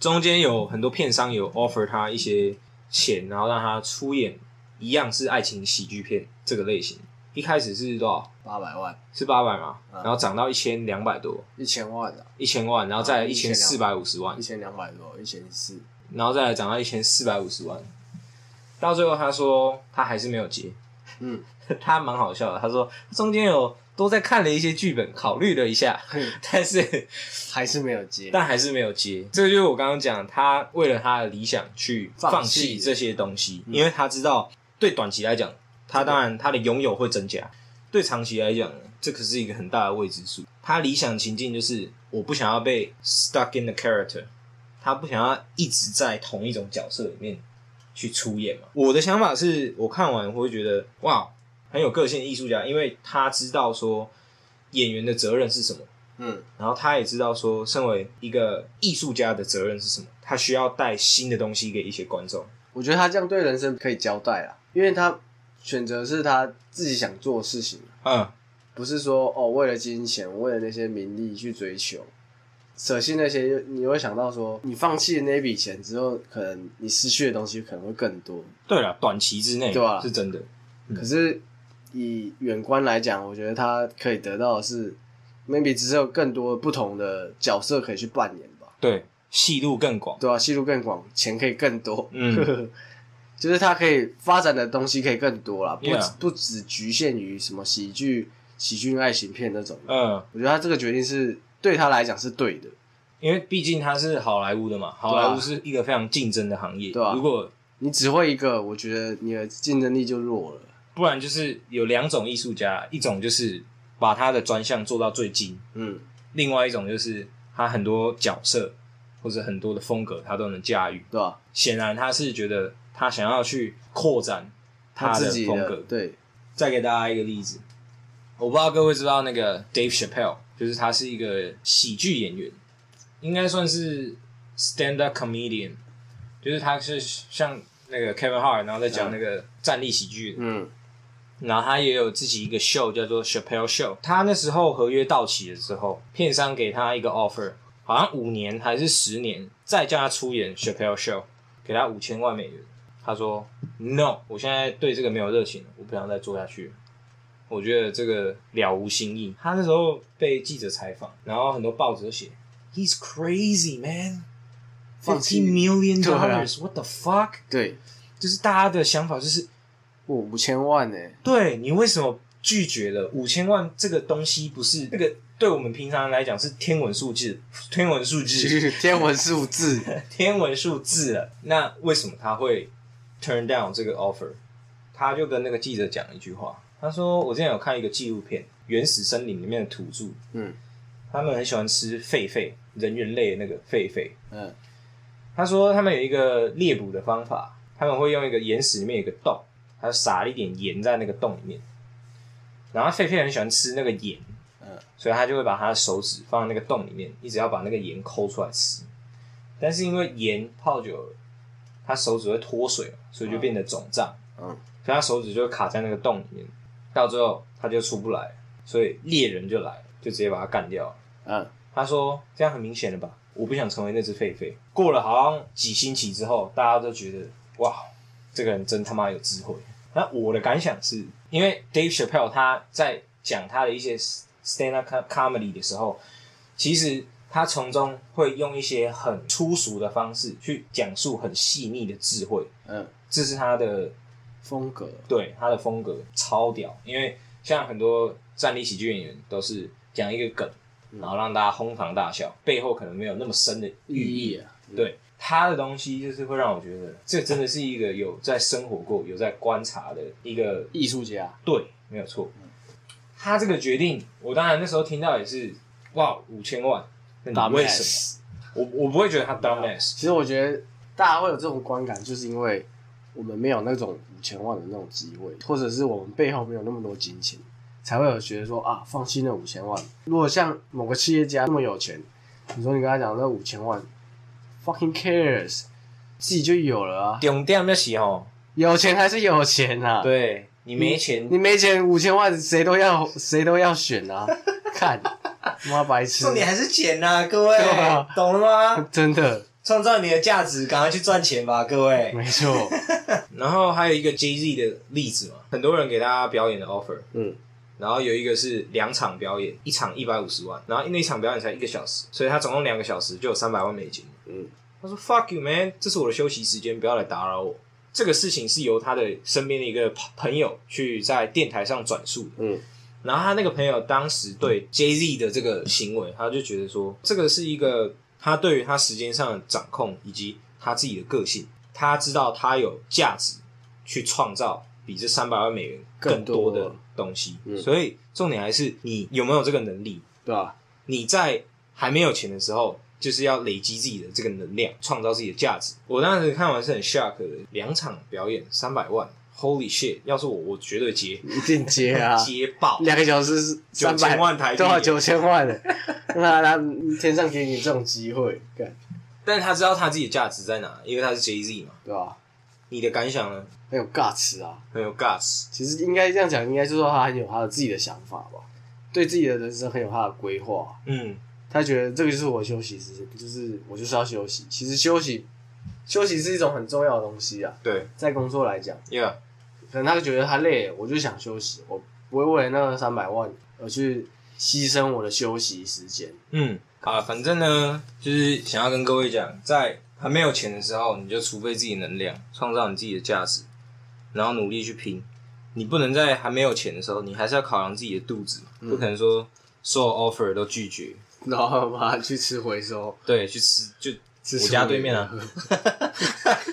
[SPEAKER 1] 中间有很多片商有 offer 他一些钱，然后让他出演一样是爱情喜剧片这个类型。一开始是多少？
[SPEAKER 2] 八百万，
[SPEAKER 1] 是八百嘛，
[SPEAKER 2] 嗯
[SPEAKER 1] 然后涨到一千两百多，
[SPEAKER 2] 一千万啊，
[SPEAKER 1] 一千万，然后再
[SPEAKER 2] 嗯
[SPEAKER 1] 一千四百五十万
[SPEAKER 2] 一，千两百多，一千四，
[SPEAKER 1] 然后再来涨到一千四百五十万。到最后他说他还是没有接，
[SPEAKER 2] 嗯，
[SPEAKER 1] 他蛮好笑的。他说中间有都在看了一些剧本，考虑了一下，但是
[SPEAKER 2] 还是没有接。
[SPEAKER 1] 但还是没有接。这个就是我刚刚讲，他为了他的理想去放
[SPEAKER 2] 放弃嗯
[SPEAKER 1] 弃这些东西，因为他知道对短期来讲，他当然他的拥有会增加，对长期来讲，这可是一个很大的未知数。他理想情境就是我不想要被 stuck in the character，他不想要一直在同一种角色里面去出演嘛。我的想法是我看完我会觉得哇，很有个性的艺术家，因为他知道说演员的责任是什么。
[SPEAKER 2] 嗯
[SPEAKER 1] 然后他也知道说，身为一个艺术家的责任是什么，他需要带新的东西给一些观众。
[SPEAKER 2] 我觉得他这样对人生可以交代啦，因为他选择是他自己想做的事情，
[SPEAKER 1] 嗯，
[SPEAKER 2] 不是说哦为了金钱、为了那些名利去追求，舍弃那些，你会想到说，你放弃那笔钱之后，可能你失去的东西可能会更多。
[SPEAKER 1] 对了，短期之内
[SPEAKER 2] 对啊
[SPEAKER 1] 是真的，嗯
[SPEAKER 2] 可是以远观来讲，我觉得他可以得到的是，maybe 只有更多不同的角色可以去扮演吧。
[SPEAKER 1] 对，戏路更广。
[SPEAKER 2] 对啊，戏路更广，钱可以更多，
[SPEAKER 1] 嗯，
[SPEAKER 2] 就是他可以发展的东西可以更多啦，不
[SPEAKER 1] Yeah
[SPEAKER 2] 不只局限于什么喜剧、喜剧爱情片那种。
[SPEAKER 1] 嗯，
[SPEAKER 2] 我觉得他这个决定是对他来讲是对的，
[SPEAKER 1] 因为毕竟他是好莱坞的嘛，好莱坞是一个非常竞争的行业。
[SPEAKER 2] 对啊
[SPEAKER 1] 如果
[SPEAKER 2] 你只会一个，我觉得你的竞争力就弱了。
[SPEAKER 1] 不然就是有两种艺术家，一种就是把他的专项做到最精，
[SPEAKER 2] 嗯
[SPEAKER 1] 另外一种就是他很多角色或者很多的风格他都能驾驭。
[SPEAKER 2] 对吧？
[SPEAKER 1] 显然他是觉得他想要去扩展
[SPEAKER 2] 他
[SPEAKER 1] 的
[SPEAKER 2] 自己
[SPEAKER 1] 风
[SPEAKER 2] 的
[SPEAKER 1] 格。
[SPEAKER 2] 对，
[SPEAKER 1] 再给大家一个例子，我不知道各位知不知道那个 Dave Chappelle，就是他是一个喜剧演员，应该算是 stand up comedian，就是他是像那个 Kevin Hart，然后再讲那个站立喜剧的。
[SPEAKER 2] 嗯
[SPEAKER 1] 然后他也有自己一个 show 叫做 Chappelle Show。他那时候合约到期了之后，片商给他一个 offer，好像五年还是十年，再叫他出演 Chappelle Show，给他五千万美元。他说：“No，我现在对这个没有热情了，我不想再做下去了。我觉得这个了无新意。”他那时候被记者采访，然后很多报纸都写：“He's crazy, man.
[SPEAKER 2] 放弃
[SPEAKER 1] 15 million
[SPEAKER 2] 对啊
[SPEAKER 1] dollars. What the fuck？”
[SPEAKER 2] 对，哦
[SPEAKER 1] 就是大家的想法就是
[SPEAKER 2] 五千万呢、
[SPEAKER 1] 对你为什么拒绝了五千万这个东西？不是那个对我们平常人来讲是天文数字，天文数字，
[SPEAKER 2] 天文数字，
[SPEAKER 1] 天文数字了。那为什么他会 turn down 这个 offer？他就跟那个记者讲一句话，他说：“我之前有看一个纪录片《原始森林》里面的土著，
[SPEAKER 2] 嗯
[SPEAKER 1] 他们很喜欢吃狒狒，人猿类的那个狒狒。
[SPEAKER 2] 嗯
[SPEAKER 1] 他说他们有一个猎捕的方法，他们会用一个岩石里面有一个洞，他撒了一点盐在那个洞里面，然后狒狒很喜欢吃那个盐，
[SPEAKER 2] 嗯
[SPEAKER 1] 所以他就会把他的手指放在那个洞里面，一直要把那个盐抠出来吃。但是因为盐泡久了，他手指会脱水嘛，所以就变得肿胀，
[SPEAKER 2] 嗯，
[SPEAKER 1] 所以他手指就会卡在那个洞里面，到最后他就出不来，所以猎人就来了，就直接把他干掉了。
[SPEAKER 2] 嗯，
[SPEAKER 1] 他说：“这样很明显了吧？我不想成为那只狒狒。”过了好像几星期之后，大家都觉得哇，这个人真他妈有智慧。那我的感想是，因为 Dave Chappelle 他在讲他的一些 stand up comedy 的时候，其实他从中会用一些很粗俗的方式去讲述很细腻的智慧，
[SPEAKER 2] 嗯，
[SPEAKER 1] 这是他的
[SPEAKER 2] 风格，
[SPEAKER 1] 对他的风格超屌，因为像很多站立喜剧演员都是讲一个梗，然后让大家哄堂大笑，背后可能没有那么深的
[SPEAKER 2] 寓
[SPEAKER 1] 寓意。
[SPEAKER 2] 意啊，
[SPEAKER 1] 对他的东西，就是会让我觉得这真的是一个有在生活过、有在观察的一个
[SPEAKER 2] 艺术家，
[SPEAKER 1] 对，没有错。他这个决定，我当然那时候听到也是哇，五千万，那你为什么？
[SPEAKER 2] 么？
[SPEAKER 1] 我我不会觉得他 dumbass，
[SPEAKER 2] 其实我觉得大家会有这种观感，就是因为我们没有那种五千万的那种机会，或者是我们背后没有那么多金钱，才会有觉得说啊，放弃那五千万。如果像某个企业家那么有钱，你说你跟他讲那五千万，fucking cares，自己就有了啊，
[SPEAKER 1] 重点要洗哦。
[SPEAKER 2] 有钱还是有钱啊。
[SPEAKER 1] 对你没钱
[SPEAKER 2] 你，没钱五千万，谁都要谁都要选啊！ 看，妈白痴，
[SPEAKER 1] 重点还是钱呐、各 位
[SPEAKER 2] 对啊，
[SPEAKER 1] 懂了吗？
[SPEAKER 2] 真的
[SPEAKER 1] 创造你的价值，赶快去赚钱吧，各位。
[SPEAKER 2] 没错，
[SPEAKER 1] 然后还有一个 Jay Z 的例子嘛，很多人给大家表演的 offer，
[SPEAKER 2] 嗯，
[SPEAKER 1] 然后有一个是两场表演，一场一百五十万，然后那一场表演才一个小时，所以他总共两个小时就有三百万美金。
[SPEAKER 2] 嗯，
[SPEAKER 1] 他说 “fuck you man”，这是我的休息时间，不要来打扰我。这个事情是由他的身边的一个朋友去在电台上转述的。
[SPEAKER 2] 嗯
[SPEAKER 1] 然后他那个朋友当时对 Jay Z 的这个行为，他就觉得说，这个是一个他对于他时间上的掌控，以及他自己的个性，他知道他有价值去创造比这三百万美元更多
[SPEAKER 2] 更
[SPEAKER 1] 的
[SPEAKER 2] 多
[SPEAKER 1] 东西。
[SPEAKER 2] 嗯
[SPEAKER 1] 所以重点还是你有没有这个能力，
[SPEAKER 2] 对啊吧、
[SPEAKER 1] 你在还没有钱的时候，就是要累积自己的这个能量，创造自己的价值。我当时看完是很 shock 的，两场表演三百万，Holy shit！要是我，我绝对接，
[SPEAKER 2] 一定接啊
[SPEAKER 1] 接爆。
[SPEAKER 2] 两个小时是三百
[SPEAKER 1] 9000万台币
[SPEAKER 2] 对啊，九千万 的，那他天上给你这种机会，干
[SPEAKER 1] 但是他知道他自己的价值在哪，因为他是 Jay Z 嘛。
[SPEAKER 2] 对吧、
[SPEAKER 1] 你的感想呢？
[SPEAKER 2] 很有 guts 啊。
[SPEAKER 1] 很有 guts，
[SPEAKER 2] 其实应该这样讲，应该是说他很有他的自己的想法吧，对自己的人生很有他的规划。
[SPEAKER 1] 嗯，
[SPEAKER 2] 他觉得这个就是我休息时间，就是我就是要休息。其实休息，休息是一种很重要的东西啊，
[SPEAKER 1] 对
[SPEAKER 2] 在工作来讲。
[SPEAKER 1] ，Yeah，
[SPEAKER 2] 可能他觉得他累了，我就想休息，我不会为了那三百万而去牺牲我的休息时间。
[SPEAKER 1] 嗯，啊，反正呢，就是想要跟各位讲，在还没有钱的时候，你就储备自己能量，创造你自己的价值，然后努力去拼。你不能在还没有钱的时候，你还是要考量自己的肚子嘛，不可能说所有 offer 都拒绝。
[SPEAKER 2] 然后把它去吃回收，
[SPEAKER 1] 对，去吃 就
[SPEAKER 2] 吃
[SPEAKER 1] 我家对 面啊，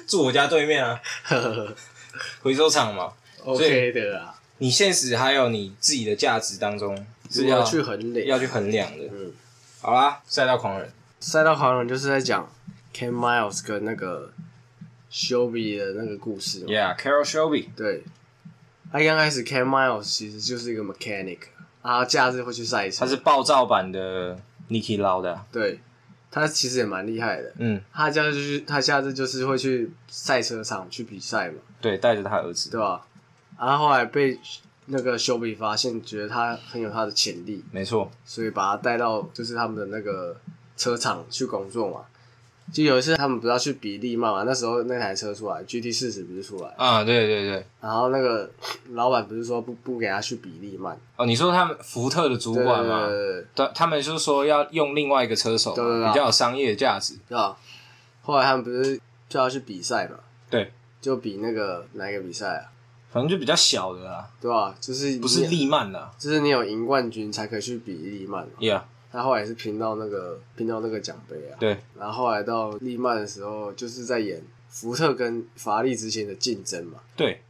[SPEAKER 1] 住我家对面啊，
[SPEAKER 2] 呵呵呵
[SPEAKER 1] 回收厂嘛。
[SPEAKER 2] OK 的啊，
[SPEAKER 1] 你现实还有你自己的价值当中是
[SPEAKER 2] 如何
[SPEAKER 1] 要
[SPEAKER 2] 去衡量。
[SPEAKER 1] 要去衡量的。
[SPEAKER 2] 嗯，
[SPEAKER 1] 好啦，赛道狂人，
[SPEAKER 2] 赛道狂人就是在讲 Ken Miles 跟那个 Shelby 的那个故事嘛。
[SPEAKER 1] Yeah，Carol Shelby，
[SPEAKER 2] 对，他刚开始 Ken Miles 其实就是一个 mechanic，啊，他假日会去赛车。
[SPEAKER 1] 他是暴躁版的 Nicky Lau 的啊，
[SPEAKER 2] 对，他其实也蛮厉害的。
[SPEAKER 1] 嗯，
[SPEAKER 2] 他假日就是他下次就是会去赛车场去比赛嘛，
[SPEAKER 1] 对，带着他儿子，
[SPEAKER 2] 对吧？然后后来被那个修比发现，觉得他很有他的潜力，
[SPEAKER 1] 没错，
[SPEAKER 2] 所以把他带到就是他们的那个车厂去工作嘛。就有一次他们不是要去比利曼嘛，那时候那台车出来，GT 四十不是出来，
[SPEAKER 1] 啊，对对对，
[SPEAKER 2] 然后那个老板不是说不不给他去比利曼，
[SPEAKER 1] 哦，你说他们福特的主
[SPEAKER 2] 对
[SPEAKER 1] 管
[SPEAKER 2] 对
[SPEAKER 1] 嘛，
[SPEAKER 2] 对对
[SPEAKER 1] 他他们就是说要用另外一个车手嘛，
[SPEAKER 2] 对对对啊
[SPEAKER 1] 比较有商业价值，
[SPEAKER 2] 对吧？后来他们不是就要去比赛嘛，
[SPEAKER 1] 对，
[SPEAKER 2] 就比那个哪一个比赛啊？
[SPEAKER 1] 反正就比较小的啦，
[SPEAKER 2] 对吧？就是
[SPEAKER 1] 不是
[SPEAKER 2] 你
[SPEAKER 1] 利曼啦
[SPEAKER 2] 就是你有赢冠军才可以去比利曼嘛。
[SPEAKER 1] ，Yeah，
[SPEAKER 2] 他后来是拼到那个拼到那个奖杯啊，
[SPEAKER 1] 对，
[SPEAKER 2] 然后后来到利曼的时候，就是在演福特跟法拉利之间的竞争嘛，
[SPEAKER 1] 对，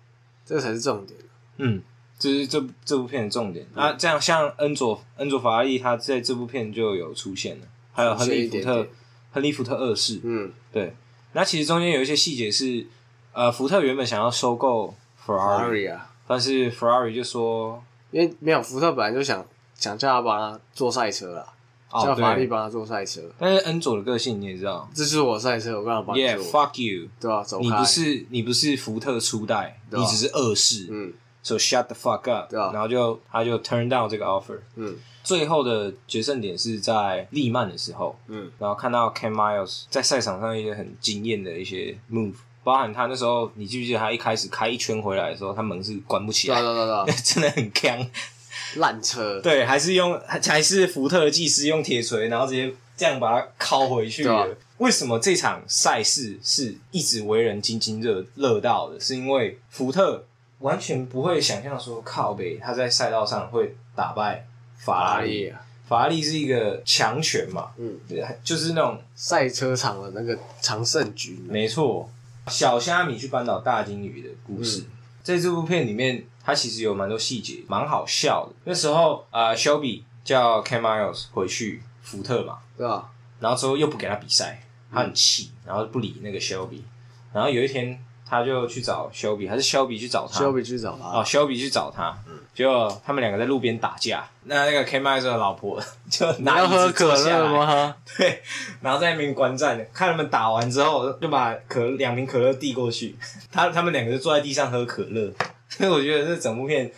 [SPEAKER 2] 这才是重点。啊
[SPEAKER 1] 嗯，这是这这部片的重点。那、这样像恩佐恩佐法拉利，他在这部片就有出现了，还有亨利
[SPEAKER 2] 出现
[SPEAKER 1] 福
[SPEAKER 2] 一
[SPEAKER 1] 特
[SPEAKER 2] 点点
[SPEAKER 1] 亨利福特二世，
[SPEAKER 2] 嗯，
[SPEAKER 1] 对。那其实中间有一些细节是，呃，福特原本想要收购
[SPEAKER 2] 法拉
[SPEAKER 1] Ferrari，
[SPEAKER 2] 利啊，
[SPEAKER 1] 但是 Ferrari 就说，
[SPEAKER 2] 因为没有福特本来就想想叫他帮他做赛车啦，
[SPEAKER 1] 哦
[SPEAKER 2] 叫法拉利
[SPEAKER 1] 对，
[SPEAKER 2] 帮他做赛车，
[SPEAKER 1] 但是恩佐的个性你也知道
[SPEAKER 2] 这就是我赛车，我干嘛帮你
[SPEAKER 1] ，Yeah
[SPEAKER 2] 做？
[SPEAKER 1] fuck you，
[SPEAKER 2] 对吧？走
[SPEAKER 1] 你
[SPEAKER 2] 开
[SPEAKER 1] 不，是你不是福特初代，
[SPEAKER 2] 对啊
[SPEAKER 1] 你只是二世，
[SPEAKER 2] 嗯
[SPEAKER 1] ，so shut the fuck up，
[SPEAKER 2] 对啊
[SPEAKER 1] 然后就他就 turn down 这个 offer。
[SPEAKER 2] 嗯
[SPEAKER 1] 最后的决胜点是在利曼的时候，
[SPEAKER 2] 嗯，
[SPEAKER 1] 然后看到 Ken Miles 在赛场上一些很惊艳的一些 move，包含他那时候，你记不记得他一开始开一圈回来的时候，他门是关不起
[SPEAKER 2] 对啊
[SPEAKER 1] 来
[SPEAKER 2] 对，啊对啊对 啊，
[SPEAKER 1] 真的很强。
[SPEAKER 2] 烂车，
[SPEAKER 1] 对，啊还是用还还是福特的技师用铁锤，然后直接这样把它敲回去了
[SPEAKER 2] 对啊
[SPEAKER 1] 为什么这场赛事是一直为人津津乐乐道的？是因为福特完全不会想象说靠北他在赛道上会打败法
[SPEAKER 2] 法
[SPEAKER 1] 拉
[SPEAKER 2] 拉
[SPEAKER 1] 利
[SPEAKER 2] 利啊，
[SPEAKER 1] 法拉利是一个强权嘛，
[SPEAKER 2] 嗯，
[SPEAKER 1] 对就是那种
[SPEAKER 2] 赛车场的那个常胜局呢，
[SPEAKER 1] 没错，小虾米去扳倒大金鱼的故事。在这部片里面，它其实有蛮多细节，蛮好笑的。那时候，呃，修比叫 Ken Miles 回去福特嘛，
[SPEAKER 2] 对吧？
[SPEAKER 1] 然后之后又不给他比赛，他很气，然后不理那个修比。然后有一天，他就去找修比，还是修比去找他。
[SPEAKER 2] 修比去找
[SPEAKER 1] 哦，
[SPEAKER 2] 他，
[SPEAKER 1] 修比去找他，结果他们两个在路边打架。那那个 Ken Miles 的老婆 就
[SPEAKER 2] 你
[SPEAKER 1] 拿
[SPEAKER 2] 要
[SPEAKER 1] 椅子
[SPEAKER 2] 喝可
[SPEAKER 1] 坐下来
[SPEAKER 2] 乐吗？
[SPEAKER 1] 对，然后在那边观战，看他们打完之后，就把可两瓶可乐递过去， 他他们两个就坐在地上喝可乐， 所以我觉得这整部片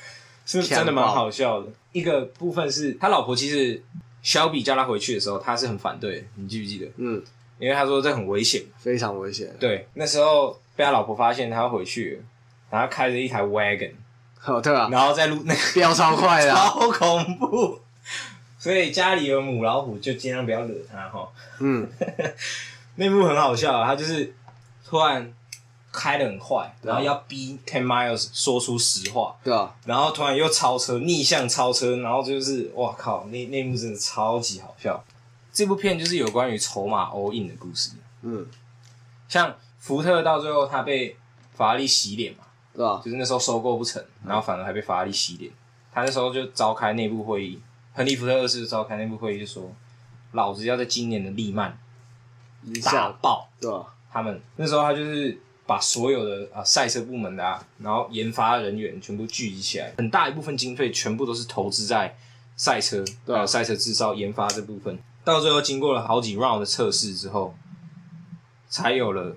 [SPEAKER 1] 是真的蛮好笑的。一个部分是他老婆其实小比叫他回去的时候，他是很反对的，你记不记得？
[SPEAKER 2] 嗯，
[SPEAKER 1] 因为他说这很危险。
[SPEAKER 2] 非常危险。
[SPEAKER 1] 对，那时候被他老婆发现他要回去了，然后开着一台 wagon，
[SPEAKER 2] 哦，对啊，
[SPEAKER 1] 然后在路那个
[SPEAKER 2] 飙超快的啊，
[SPEAKER 1] 超恐怖，所以家里有母老虎就尽量不要惹它哈。
[SPEAKER 2] 嗯，
[SPEAKER 1] 那幕很好笑啊，他就是突然开的很快，然后要逼 Ken Miles 说出实话，
[SPEAKER 2] 对啊，
[SPEAKER 1] 然后突然又超车，逆向超车，然后就是哇靠，那那幕真的超级好笑。这部片就是有关于筹码 all in 的故事，
[SPEAKER 2] 嗯，
[SPEAKER 1] 像福特到最后他被法拉利洗脸嘛，
[SPEAKER 2] 对啊，
[SPEAKER 1] 就是那时候收购不成，然后反而还被法拉利洗脸。他那时候就召开内部会议，亨利福特二世召开内部会议就说，老子要在今年的利曼
[SPEAKER 2] 一
[SPEAKER 1] 打
[SPEAKER 2] 下，
[SPEAKER 1] 爆。
[SPEAKER 2] 对啊，
[SPEAKER 1] 他们那时候他就是把所有的啊赛车部门的、啊，然后研发人员全部聚集起来，很大一部分经费全部都是投资在赛车，
[SPEAKER 2] 对啊
[SPEAKER 1] 还有赛车制造研发这部分。到最后经过了好几 round 的测试之后，才有了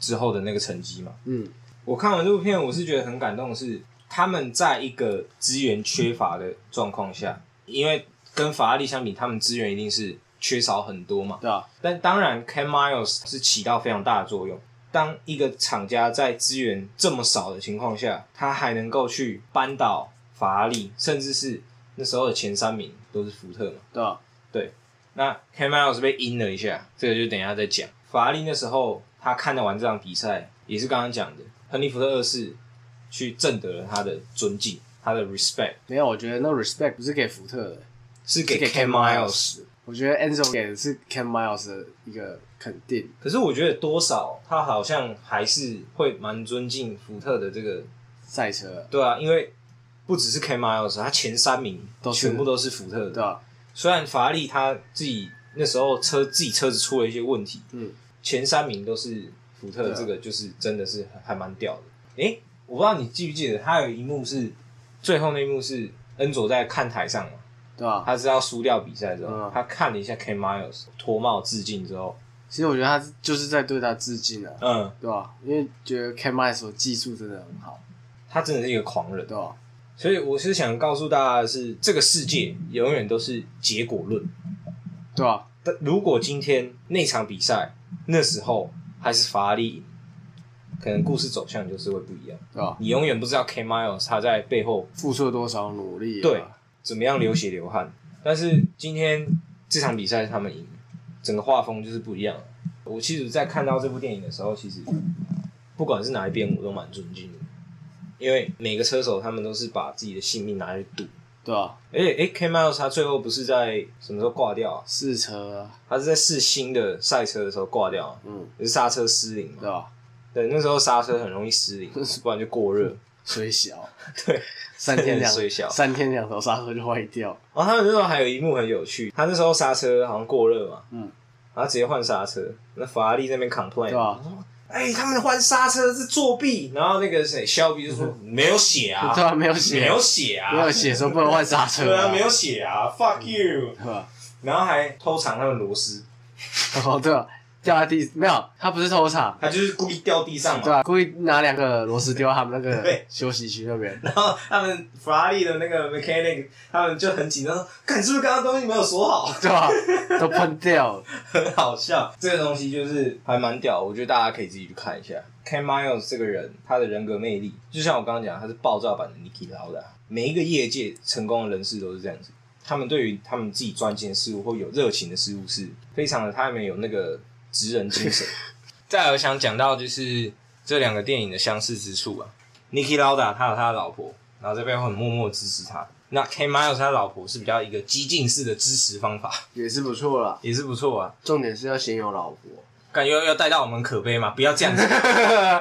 [SPEAKER 1] 之后的那个成绩嘛。
[SPEAKER 2] 嗯，
[SPEAKER 1] 我看完这部片，我是觉得很感动的是，他们在一个资源缺乏的状况下，因为跟法拉利相比，他们资源一定是缺少很多嘛。
[SPEAKER 2] 对啊，
[SPEAKER 1] 但当然，Ken Miles 是起到非常大的作用。当一个厂家在资源这么少的情况下，他还能够去扳倒法拉利，甚至是那时候的前三名都是福特嘛。
[SPEAKER 2] 对啊，
[SPEAKER 1] 那 Ken Miles 被阴了一下，这个就等一下再讲。法拉利那时候他看得完这场比赛，也是刚刚讲的，亨利福特二世去挣得了他的尊敬，他的 respect
[SPEAKER 2] 没有，我觉得那 respect 不是给福特的，
[SPEAKER 1] 是
[SPEAKER 2] 是
[SPEAKER 1] 给 Ken
[SPEAKER 2] Ken
[SPEAKER 1] Miles
[SPEAKER 2] 的。我觉得 Enzo 给的是 Ken Miles 的一个肯定，
[SPEAKER 1] 可是我觉得多少他好像还是会蛮尊敬福特的这个
[SPEAKER 2] 赛车，
[SPEAKER 1] 对啊，因为不只是 K Miles，他前三名
[SPEAKER 2] 都是
[SPEAKER 1] 全部都是福特的。
[SPEAKER 2] 对啊吧？
[SPEAKER 1] 虽然法拉利他自己那时候车自己车子出了一些问题，
[SPEAKER 2] 嗯，
[SPEAKER 1] 前三名都是福特
[SPEAKER 2] 对
[SPEAKER 1] 的，
[SPEAKER 2] 啊
[SPEAKER 1] 这个就是真的是还还蛮屌的。诶、我不知道你记不记得，他有一幕是最后那一幕是恩佐在看台上嘛，
[SPEAKER 2] 对吧？
[SPEAKER 1] 他知道输掉比赛之后，
[SPEAKER 2] 嗯
[SPEAKER 1] 他看了一下 K Miles 脱帽致敬之后，
[SPEAKER 2] 其实我觉得他就是在对他致敬啊，
[SPEAKER 1] 嗯，
[SPEAKER 2] 对吧？因为觉得 K m i 所技术真的很好，
[SPEAKER 1] 他真的是一个狂人
[SPEAKER 2] 对。啊吧？
[SPEAKER 1] 所以我是想告诉大家的是，这个世界永远都是结果论。
[SPEAKER 2] 对吧？
[SPEAKER 1] 但如果今天那场比赛那时候还是法拉利赢，可能故事走向就是会不一样。
[SPEAKER 2] 对吧？
[SPEAKER 1] 你永远不知道 K Miles 他在背后
[SPEAKER 2] 付出了多少努力啊？
[SPEAKER 1] 对怎么样流血流汗。但是今天这场比赛他们赢，整个画风就是不一样了。我其实，在看到这部电影的时候，其实不管是哪一边，我都蛮尊敬的，因为每个车手他们都是把自己的性命拿去赌。
[SPEAKER 2] 对吧？
[SPEAKER 1] 而且，诶 k Miles 他最后不是在什么时候挂掉啊？
[SPEAKER 2] 试车啊，
[SPEAKER 1] 他是在试新的赛车的时候挂掉、啊，
[SPEAKER 2] 嗯，
[SPEAKER 1] 也是刹车失灵嘛
[SPEAKER 2] 对。啊吧？
[SPEAKER 1] 对，那时候刹车很容易失 灵，不然就过热。
[SPEAKER 2] 嗯水 小，
[SPEAKER 1] 对，
[SPEAKER 2] 三天两
[SPEAKER 1] 水小
[SPEAKER 2] 三天两头刹车就坏掉，
[SPEAKER 1] 然后他们那时候还有一幕很有趣，他那时候刹车好像过热嘛，
[SPEAKER 2] 嗯，
[SPEAKER 1] 然后直接换刹车，那法拉利在那边 complain，
[SPEAKER 2] 对啊吧？
[SPEAKER 1] 哎、他们换刹车是作弊，然后那个谁肖比就说没有写啊，
[SPEAKER 2] 嗯 对吧？没有血，
[SPEAKER 1] 没有写啊，
[SPEAKER 2] 没有血，说不能换刹车，
[SPEAKER 1] 对啊，没有，写啊，fuck you，
[SPEAKER 2] 对吧？
[SPEAKER 1] 然后还偷藏他们螺丝，
[SPEAKER 2] 哦，对了，掉在地没有，他不是偷场，
[SPEAKER 1] 他就是故意掉地上
[SPEAKER 2] 对啊
[SPEAKER 1] 嘛，
[SPEAKER 2] 吧？故意拿两个螺丝丢到他们那个
[SPEAKER 1] 对
[SPEAKER 2] 休息区那边，
[SPEAKER 1] 然后他们法拉利的那个 mechanic 他们就很紧张，说，看是不是刚刚东西没有锁好，
[SPEAKER 2] 对吧？都喷掉了，
[SPEAKER 1] 很好笑。这个东西就是还蛮屌，我觉得大家可以自己去看一下。Ken Miles 这个人，他的人格魅力，就像我刚刚讲，他是爆炸版的 Niki Lauda。每一个业界成功的人士都是这样子，他们对于他们自己赚钱的事物或有热情的事物是非常的，他们有那个职人精神。再来，我想讲到就是这两个电影的相似之处啊。Niki Lauda 他有他的老婆，然后在背后很默默支持他。那 Ken Miles 他老婆是比较一个激进式的支持方法，
[SPEAKER 2] 也是不错啦。
[SPEAKER 1] 也是不错啊。
[SPEAKER 2] 重点是要先有老婆，
[SPEAKER 1] 感觉要带到我们可悲嘛，不要这 样子，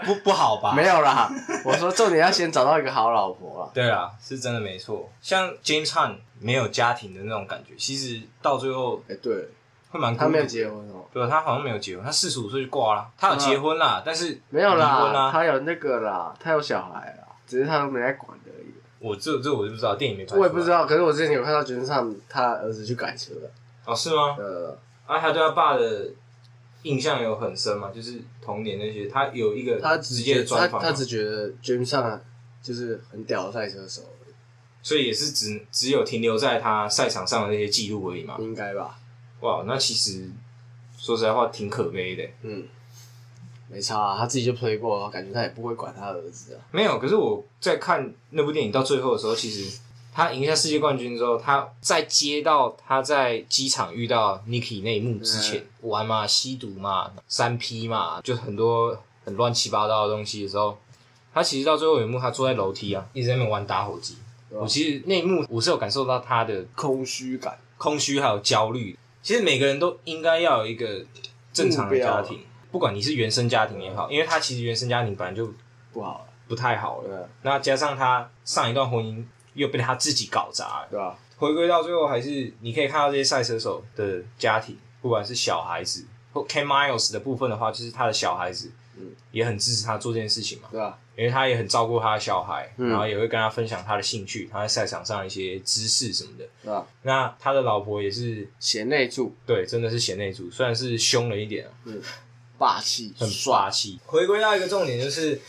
[SPEAKER 1] 不不好吧？
[SPEAKER 2] 没有啦，我说重点要先找到一个好老婆啦。
[SPEAKER 1] 对啦，是真的没错。像 James Hunt 没有家庭的那种感觉，其实到最后
[SPEAKER 2] 哎，对，
[SPEAKER 1] 会蛮孤独
[SPEAKER 2] 他没有结婚哦，
[SPEAKER 1] 对，啊他好像没有结婚，他四十五岁就挂啦。他有结婚啦，但是
[SPEAKER 2] 嗯没有
[SPEAKER 1] 离婚啊
[SPEAKER 2] 啦，
[SPEAKER 1] 啦。
[SPEAKER 2] 他有那个啦，他有小孩啦，只是他都没在管而已。
[SPEAKER 1] 我这这我就不知道，电影没拍出来。
[SPEAKER 2] 我也不知道，可是我之前有看到卷上他儿子去改车，
[SPEAKER 1] 哦，是吗？
[SPEAKER 2] 呃，
[SPEAKER 1] 啊，他对他爸的印象有很深嘛，就是童年那些，他有一个
[SPEAKER 2] 他
[SPEAKER 1] 直
[SPEAKER 2] 只
[SPEAKER 1] 接
[SPEAKER 2] 觉
[SPEAKER 1] 的
[SPEAKER 2] 他
[SPEAKER 1] 专访嘛，啊
[SPEAKER 2] 他只觉得卷上就是很屌的赛车手，
[SPEAKER 1] 所以也是只只有停留在他赛场上的那些记录而已嘛。
[SPEAKER 2] 应该吧？
[SPEAKER 1] 哇，那其实说实在话挺可悲的。
[SPEAKER 2] 嗯，没差、啊，他自己就推过，感觉他也不会管他儿子啊。
[SPEAKER 1] 没有，可是我在看那部电影到最后的时候，其实他赢下世界冠军之后，他在接到他在机场遇到 Niki 那一幕之前，
[SPEAKER 2] 嗯
[SPEAKER 1] 玩嘛、吸毒嘛、三 P 嘛，就很多很乱七八糟的东西的时候，他其实到最后有一幕，他坐在楼梯啊，一直在那边玩打火机。
[SPEAKER 2] 对吧啊
[SPEAKER 1] 我其实那一幕我是有感受到他的
[SPEAKER 2] 空虚感，
[SPEAKER 1] 空虚还有焦虑。其实每个人都应该要有一个正常的家
[SPEAKER 2] 目啊
[SPEAKER 1] 庭，不管你是原生家庭也好，因为他其实原生家庭本来就
[SPEAKER 2] 不好啊了，
[SPEAKER 1] 不太好了。
[SPEAKER 2] 嗯，
[SPEAKER 1] 那加上他上一段婚姻又被他自己搞砸了，
[SPEAKER 2] 对吧？
[SPEAKER 1] 回归到最后还是你可以看到这些赛车手的家庭，不管是小孩子或 Ken Miles 的部分的话，就是他的小孩子，
[SPEAKER 2] 嗯
[SPEAKER 1] 也很支持他做这件事情嘛，
[SPEAKER 2] 对吧？
[SPEAKER 1] 因为他也很照顾他的小孩，
[SPEAKER 2] 嗯
[SPEAKER 1] 然后也会跟他分享他的兴趣，他在赛场上的一些知识什么的。
[SPEAKER 2] 对吧？
[SPEAKER 1] 那他的老婆也是
[SPEAKER 2] 贤内助，
[SPEAKER 1] 对，真的是贤内助，虽然是凶了一点啊，
[SPEAKER 2] 嗯，霸气，
[SPEAKER 1] 很霸气。回归到一个重点，就是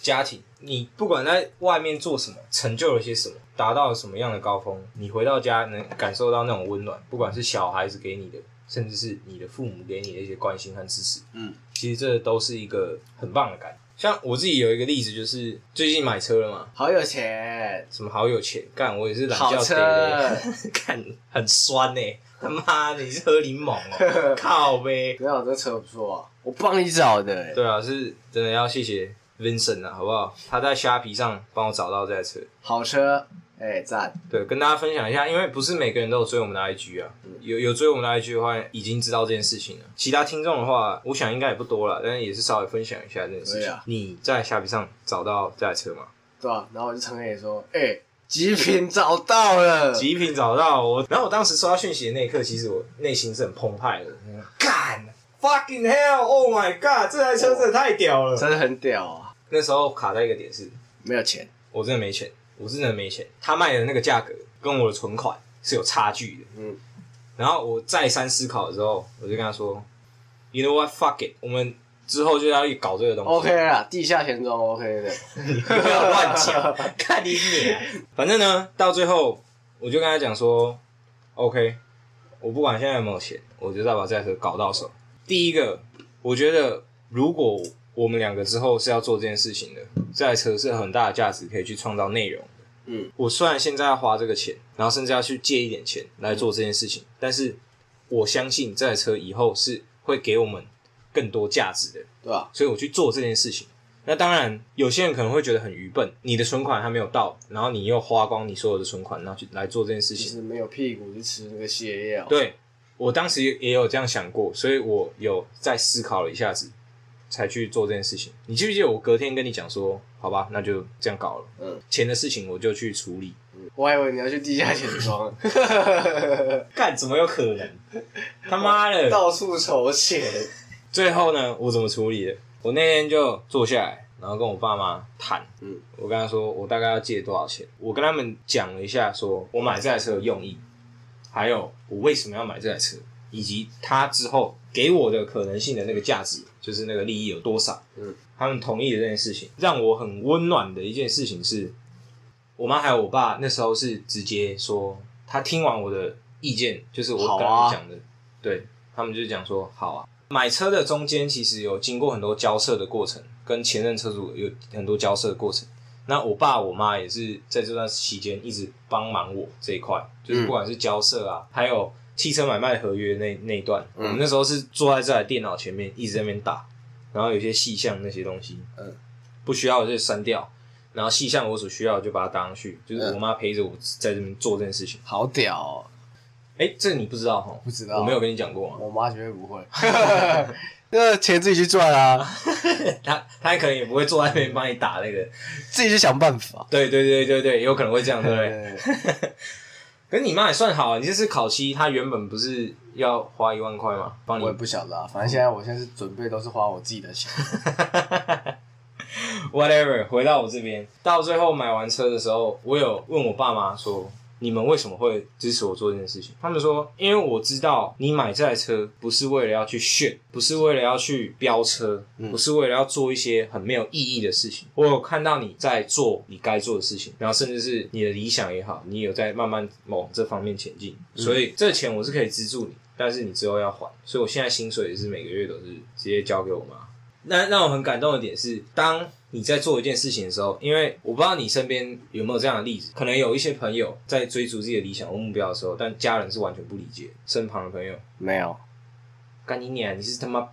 [SPEAKER 1] 家庭。你不管在外面做什么，成就了些什么，达到了什么样的高峰，你回到家能感受到那种温暖，不管是小孩子给你的，甚至是你的父母给你的一些关心和支持，
[SPEAKER 2] 嗯，
[SPEAKER 1] 其实这都是一个很棒的感觉。像我自己有一个例子，就是最近买车了嘛，
[SPEAKER 2] 好有钱，
[SPEAKER 1] 什么好有钱，干我也是懒
[SPEAKER 2] 好
[SPEAKER 1] 觉
[SPEAKER 2] 车
[SPEAKER 1] 得嘞，干很酸呢、他妈你是喝柠檬 哦、靠呗，
[SPEAKER 2] 没有这车不错啊，我帮你找的、欸，
[SPEAKER 1] 对啊，是真的要谢谢 Vincent 啊，好不好？他在虾皮上帮我找到这台车。
[SPEAKER 2] 好车，哎、赞，
[SPEAKER 1] 对，跟大家分享一下，因为不是每个人都有追我们的 IG 啊，有有追我们的 IG 的话，已经知道这件事情了。其他听众的话，我想应该也不多了，但是也是稍微分享一下这件事
[SPEAKER 2] 对
[SPEAKER 1] 情。
[SPEAKER 2] 啊
[SPEAKER 1] 你在虾皮上找到这台车吗？
[SPEAKER 2] 对吧、然后我就成也说，哎、极品找到了，
[SPEAKER 1] 极品找到我，然后我当时收到讯息的那一刻，其实我内心是很澎湃的，嗯干，fucking hell，oh my god，这台车真的太屌了。
[SPEAKER 2] 真的很屌啊！
[SPEAKER 1] 那时候卡在一个点是，
[SPEAKER 2] 没有钱，
[SPEAKER 1] 我真的没钱，我真的没钱。他卖的那个价格跟我的存款是有差距的。
[SPEAKER 2] 嗯，
[SPEAKER 1] 然后我再三思考的时候，我就跟他说，You know what? Fuck it，我们之后就要搞这个东西。
[SPEAKER 2] OK 啦，地下钱庄 OK 的，
[SPEAKER 1] 不要乱讲， 看你脸。反正呢，到最后我就跟他讲说，OK，我不管现在有没有钱，我就再把这台车搞到手。第一个，我觉得如果我们两个之后是要做这件事情的，这台车是有很大的价值，可以去创造内容的。
[SPEAKER 2] 嗯，
[SPEAKER 1] 我虽然现在要花这个钱，然后甚至要去借一点钱来做这件事情，但是我相信这台车以后是会给我们更多价值的。
[SPEAKER 2] 对吧、
[SPEAKER 1] 所以我去做这件事情。那当然，有些人可能会觉得很愚笨，你的存款还没有到，然后你又花光你所有的存款，然后去来做这件事
[SPEAKER 2] 其
[SPEAKER 1] 情。
[SPEAKER 2] 实没有屁股去吃那个泻药，
[SPEAKER 1] 对我当时也有这样想过，所以我有再思考了一下子，才去做这件事情。你记不记得我隔天跟你讲说，好吧，那就这样搞了，
[SPEAKER 2] 嗯，
[SPEAKER 1] 钱的事情我就去处理。
[SPEAKER 2] 我还以为你要去地下钱庄，
[SPEAKER 1] 干，怎么有可能？他妈的！
[SPEAKER 2] 到处筹钱，
[SPEAKER 1] 最后呢，我怎么处理的？我那天就坐下来，然后跟我爸妈谈，
[SPEAKER 2] 嗯，
[SPEAKER 1] 我跟他说我大概要借多少钱，我跟他们讲了一下说，我买这台车的用意，还有我为什么要买这台车，以及它之后给我的可能性的那个价值，就是那个利益有多少。
[SPEAKER 2] 嗯，
[SPEAKER 1] 他们同意的这件事情，让我很温暖的一件事情是，我妈还有我爸那时候是直接说，他听完我的意见，就是我跟他们
[SPEAKER 2] 好啊
[SPEAKER 1] 讲的，对他们就讲说好啊。买车的中间其实有经过很多交涉的过程，跟前任车主有很多交涉的过程。那我爸我妈也是在这段期间一直帮忙我这一块，
[SPEAKER 2] 嗯
[SPEAKER 1] 就是不管是交涉啊，还有汽车买卖合约那那一段，
[SPEAKER 2] 嗯
[SPEAKER 1] 我们那时候是坐在这台电脑前面一直在那边打，然后有些细项那些东西，
[SPEAKER 2] 嗯，
[SPEAKER 1] 不需要我就删掉，然后细项我所需要的就把它打上去，就是
[SPEAKER 2] 嗯
[SPEAKER 1] 我妈陪着我在这边做这件事情。
[SPEAKER 2] 好屌、哦！
[SPEAKER 1] 哎、这你不知道哈？
[SPEAKER 2] 不知道
[SPEAKER 1] 我没有跟你讲过吗？
[SPEAKER 2] 我妈绝对不会， 那钱自己去赚啊，
[SPEAKER 1] 他他可能也不会坐在那边帮你打那个，
[SPEAKER 2] 自己去想办法。
[SPEAKER 1] 对对对对对，有可能会这样，对不对？
[SPEAKER 2] 对，
[SPEAKER 1] 可是你妈也算好啊，你这次烤漆，她原本不是要花一万块吗？帮你
[SPEAKER 2] 我也不晓得啊，反正现在我现在是准备都是花我自己的钱，
[SPEAKER 1] whatever，回到我这边，到最后买完车的时候，我有问我爸妈说，你们为什么会支持我做这件事情？他们说，因为我知道你买这台车不是为了要去炫，不是为了要去飙车，
[SPEAKER 2] 嗯
[SPEAKER 1] 不是为了要做一些很没有意义的事情。我有看到你在做你该做的事情，然后甚至是你的理想也好，你有在慢慢往这方面前进，所以这钱我是可以资助你。但是你之后要还，所以我现在薪水也是每个月都是直接交给我妈。那让我很感动的点是，当你在做一件事情的时候，因为我不知道你身边有没有这样的例子，可能有一些朋友在追逐自己的理想或目标的时候，但家人是完全不理解，身旁的朋友，
[SPEAKER 2] 没有，
[SPEAKER 1] 干你娘，你是他妈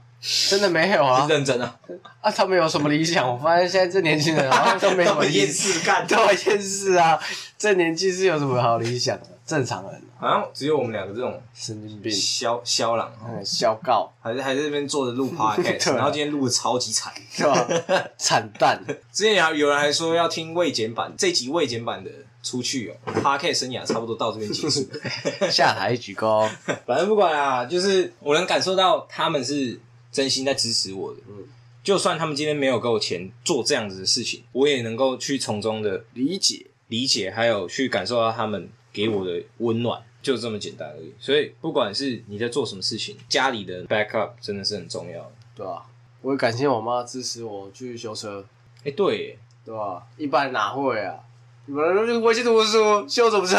[SPEAKER 2] 真的没有啊
[SPEAKER 1] 是认真啊，
[SPEAKER 2] 啊！他们有什么理想？我发现现在这年轻人好像都没什么理想，
[SPEAKER 1] 世干，
[SPEAKER 2] 都很厌世啊！这年纪是有什么好理想的？正常人 啊
[SPEAKER 1] 好像只有我们两个这种
[SPEAKER 2] 神 经病，
[SPEAKER 1] 肖肖朗，
[SPEAKER 2] 那个消告
[SPEAKER 1] 还是还在这边坐着录 podcast，
[SPEAKER 2] 对啊
[SPEAKER 1] 然后今天录的超级惨。
[SPEAKER 2] 对吧？惨淡，
[SPEAKER 1] 之前有有人还说要听未剪版，这集未剪版的出去哦，podcast 生涯差不多到这边结束 了。
[SPEAKER 2] 下台鞠躬。
[SPEAKER 1] 反正不管啦，就是我能感受到他们是真心在支持我的。
[SPEAKER 2] 嗯
[SPEAKER 1] 就算他们今天没有给我钱做这样子的事情，我也能够去从中的
[SPEAKER 2] 理解，
[SPEAKER 1] 理解，还有去感受到他们给我的温暖，就这么简单而已。所以，不管是你在做什么事情，家里的 backup 真的是很重要的。
[SPEAKER 2] 对吧、我也感谢我妈支持我去修车，
[SPEAKER 1] 哎、对耶，
[SPEAKER 2] 对吧、一般人哪会啊？你们都是回去读书，修什么车？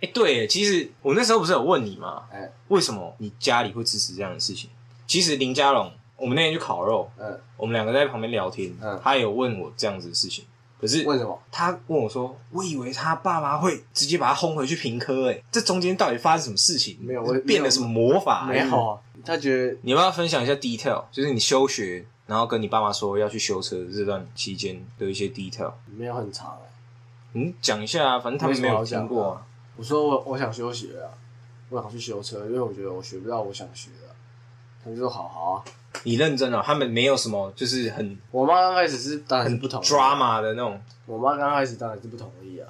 [SPEAKER 1] 哎、对耶，其实我那时候不是有问你吗？
[SPEAKER 2] 哎、
[SPEAKER 1] 为什么你家里会支持这样的事情？其实林家龙，我们那天去烤肉，
[SPEAKER 2] 嗯，
[SPEAKER 1] 我们两个在旁边聊天，
[SPEAKER 2] 嗯
[SPEAKER 1] 他有问我这样子的事情，可是
[SPEAKER 2] 为什么？
[SPEAKER 1] 他问我说，我以为他爸妈会直接把他轰回去平科、欸，哎，这中间到底发生什么事情？
[SPEAKER 2] 没有我
[SPEAKER 1] 变了什么魔法、
[SPEAKER 2] 没有
[SPEAKER 1] 欸
[SPEAKER 2] 啊，她觉得
[SPEAKER 1] 你要不要分享一下 detail？就是你休学，然后跟你爸妈说要去修车这段期间的一些 detail，
[SPEAKER 2] 没有很长、欸。
[SPEAKER 1] 你讲一下啊，反正他们没有听过、啊。
[SPEAKER 2] 我说我我想休学啊，我想去修车，因为我觉得我学不到我想学的啊、他就说好好啊。
[SPEAKER 1] 你认真了、他们没有什么就是很
[SPEAKER 2] 我妈刚开始是当然是不同意，啊
[SPEAKER 1] drama 的那种，
[SPEAKER 2] 我妈刚开始当然是不同意啊，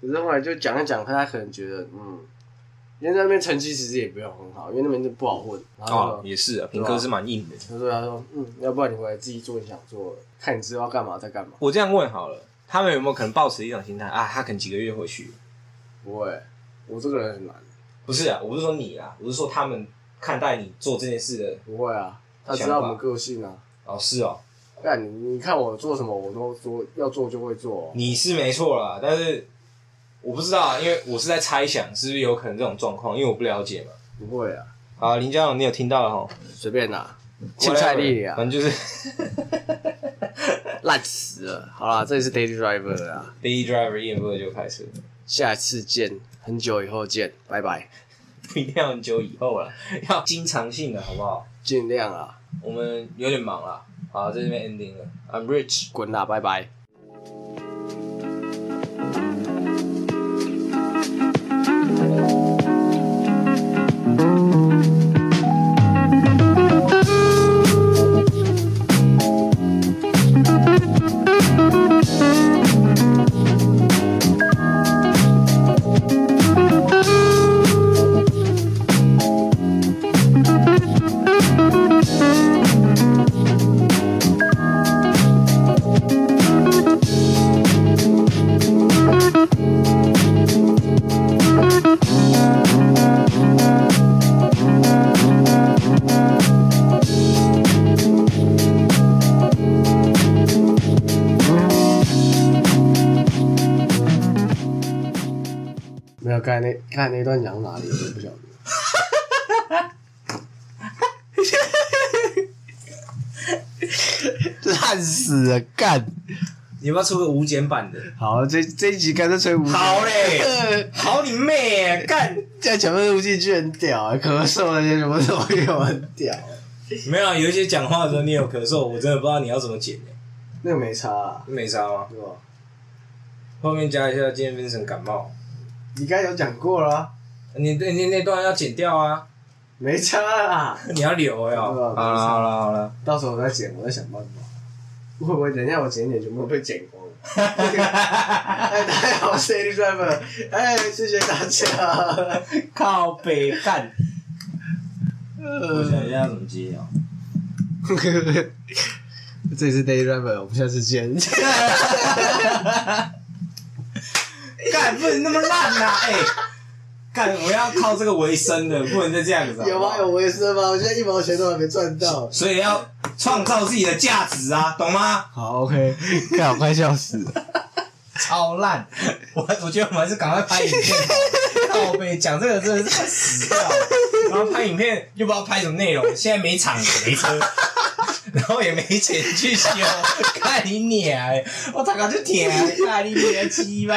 [SPEAKER 2] 可是后来就讲一讲，她可能觉得嗯，因为在那边成绩其实也没有很好，因为那边就不好混，然后
[SPEAKER 1] 哦，
[SPEAKER 2] 就
[SPEAKER 1] 也是啊，平哥是蛮硬的。
[SPEAKER 2] 她说她说嗯，要不然你回来自己做你想做的，看你知道干嘛再干嘛。
[SPEAKER 1] 我这样问好了，他们有没有可能抱持一种心态啊？他可能几个月回去，
[SPEAKER 2] 不会，我这个人很难，
[SPEAKER 1] 不是啊，我不是说你啊，我是说他们看待你做这件事的。
[SPEAKER 2] 不会啊，她知
[SPEAKER 1] 想
[SPEAKER 2] 道
[SPEAKER 1] 法
[SPEAKER 2] 我们个性啊。
[SPEAKER 1] 哦，是哦，
[SPEAKER 2] 那你你看我做什么，我都做，要做就会做、哦。
[SPEAKER 1] 你是没错啦，但是我不知道啊，因为我是在猜想是不是有可能这种状况，因为我不了解嘛。
[SPEAKER 2] 不会啊，
[SPEAKER 1] 啊，林家勇，你有听到了吼？
[SPEAKER 2] 随便啦，青菜粒啊，
[SPEAKER 1] 反正就是
[SPEAKER 2] 烂死了。好啦，这里是 Daily Driver 了啦，
[SPEAKER 1] Daily Driver 一言不合就开车，
[SPEAKER 2] 下次见，很久以后见，拜拜，
[SPEAKER 1] 不一定要很久以后了，要经常性的好不好？
[SPEAKER 2] 尽量啊啦，
[SPEAKER 1] 我们有点忙啦，好，在这边 ending 了。I'm Rich。
[SPEAKER 2] 滚啦，拜拜。没有，刚才那刚才那段讲到哪里，我都不晓得。烂死了，干！
[SPEAKER 1] 你要不要出个无剪版的？
[SPEAKER 2] 好，这这一集干脆吹无。
[SPEAKER 1] 好嘞
[SPEAKER 2] 呃
[SPEAKER 1] 好你妹啊！干，
[SPEAKER 2] 在前面录进去很屌、啊，咳嗽那些什么都有，很屌、
[SPEAKER 1] 没有啊，有一些讲话的时候你有咳嗽，我真的不知道你要怎么剪欸
[SPEAKER 2] 那个没差啦，
[SPEAKER 1] 没啥吗？
[SPEAKER 2] 对吧？
[SPEAKER 1] 后面加一下，今天变成感冒，
[SPEAKER 2] 你刚才有讲过啦，
[SPEAKER 1] 你那那那段要剪掉啊，
[SPEAKER 2] 没差啦，
[SPEAKER 1] 你要留呀、
[SPEAKER 2] 对啊
[SPEAKER 1] 好了好了好了，
[SPEAKER 2] 到时候我再剪，我再想办法。会不会等一下我剪一剪全部被剪光了？哎，大家好，我是 Andy Driver，哎，谢谢大家。
[SPEAKER 1] 靠北干，我想一下怎么接啊。
[SPEAKER 2] 这里是 Daily Driver，我们下次见。
[SPEAKER 1] 干，不能那么烂呐、啊！哎、干，我要靠这个为生的，不能再这样子。
[SPEAKER 2] 有
[SPEAKER 1] 好不
[SPEAKER 2] 吗？
[SPEAKER 1] 好
[SPEAKER 2] 有卫生吗？我现在一毛钱都还没赚到。
[SPEAKER 1] 所以要创造自己的价值啊，懂吗？
[SPEAKER 2] 好，OK，看我快笑死了。
[SPEAKER 1] 超烂！我我觉得我们还是赶快拍影片好了。靠背讲这个真的是快死掉了，然后拍影片又不知道拍什么内容，现在没场也没车， 然后也没钱去修，看你娘的！我大概就舔，看你娘鸡巴！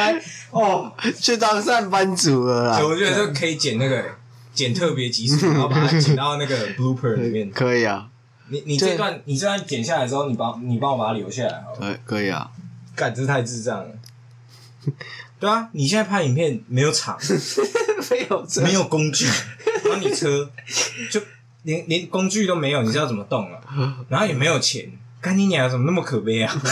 [SPEAKER 1] 哦，
[SPEAKER 2] 去当上班族了啦。
[SPEAKER 1] 我觉得这可以剪那个剪特别集数，然后把它剪到那 个 blooper 里面。
[SPEAKER 2] 可以啊，
[SPEAKER 1] 你你这段你这段剪下来之后，你帮你帮我把它留下来好了。
[SPEAKER 2] 可以可以 啊。
[SPEAKER 1] 干，这太智障 了。对啊，你现在拍影片没有场，
[SPEAKER 2] 没有这
[SPEAKER 1] 没有工具，然后你车就连连工具都没有，你知道怎么动了、然后也没有钱，干你娘，怎么那么可悲啊？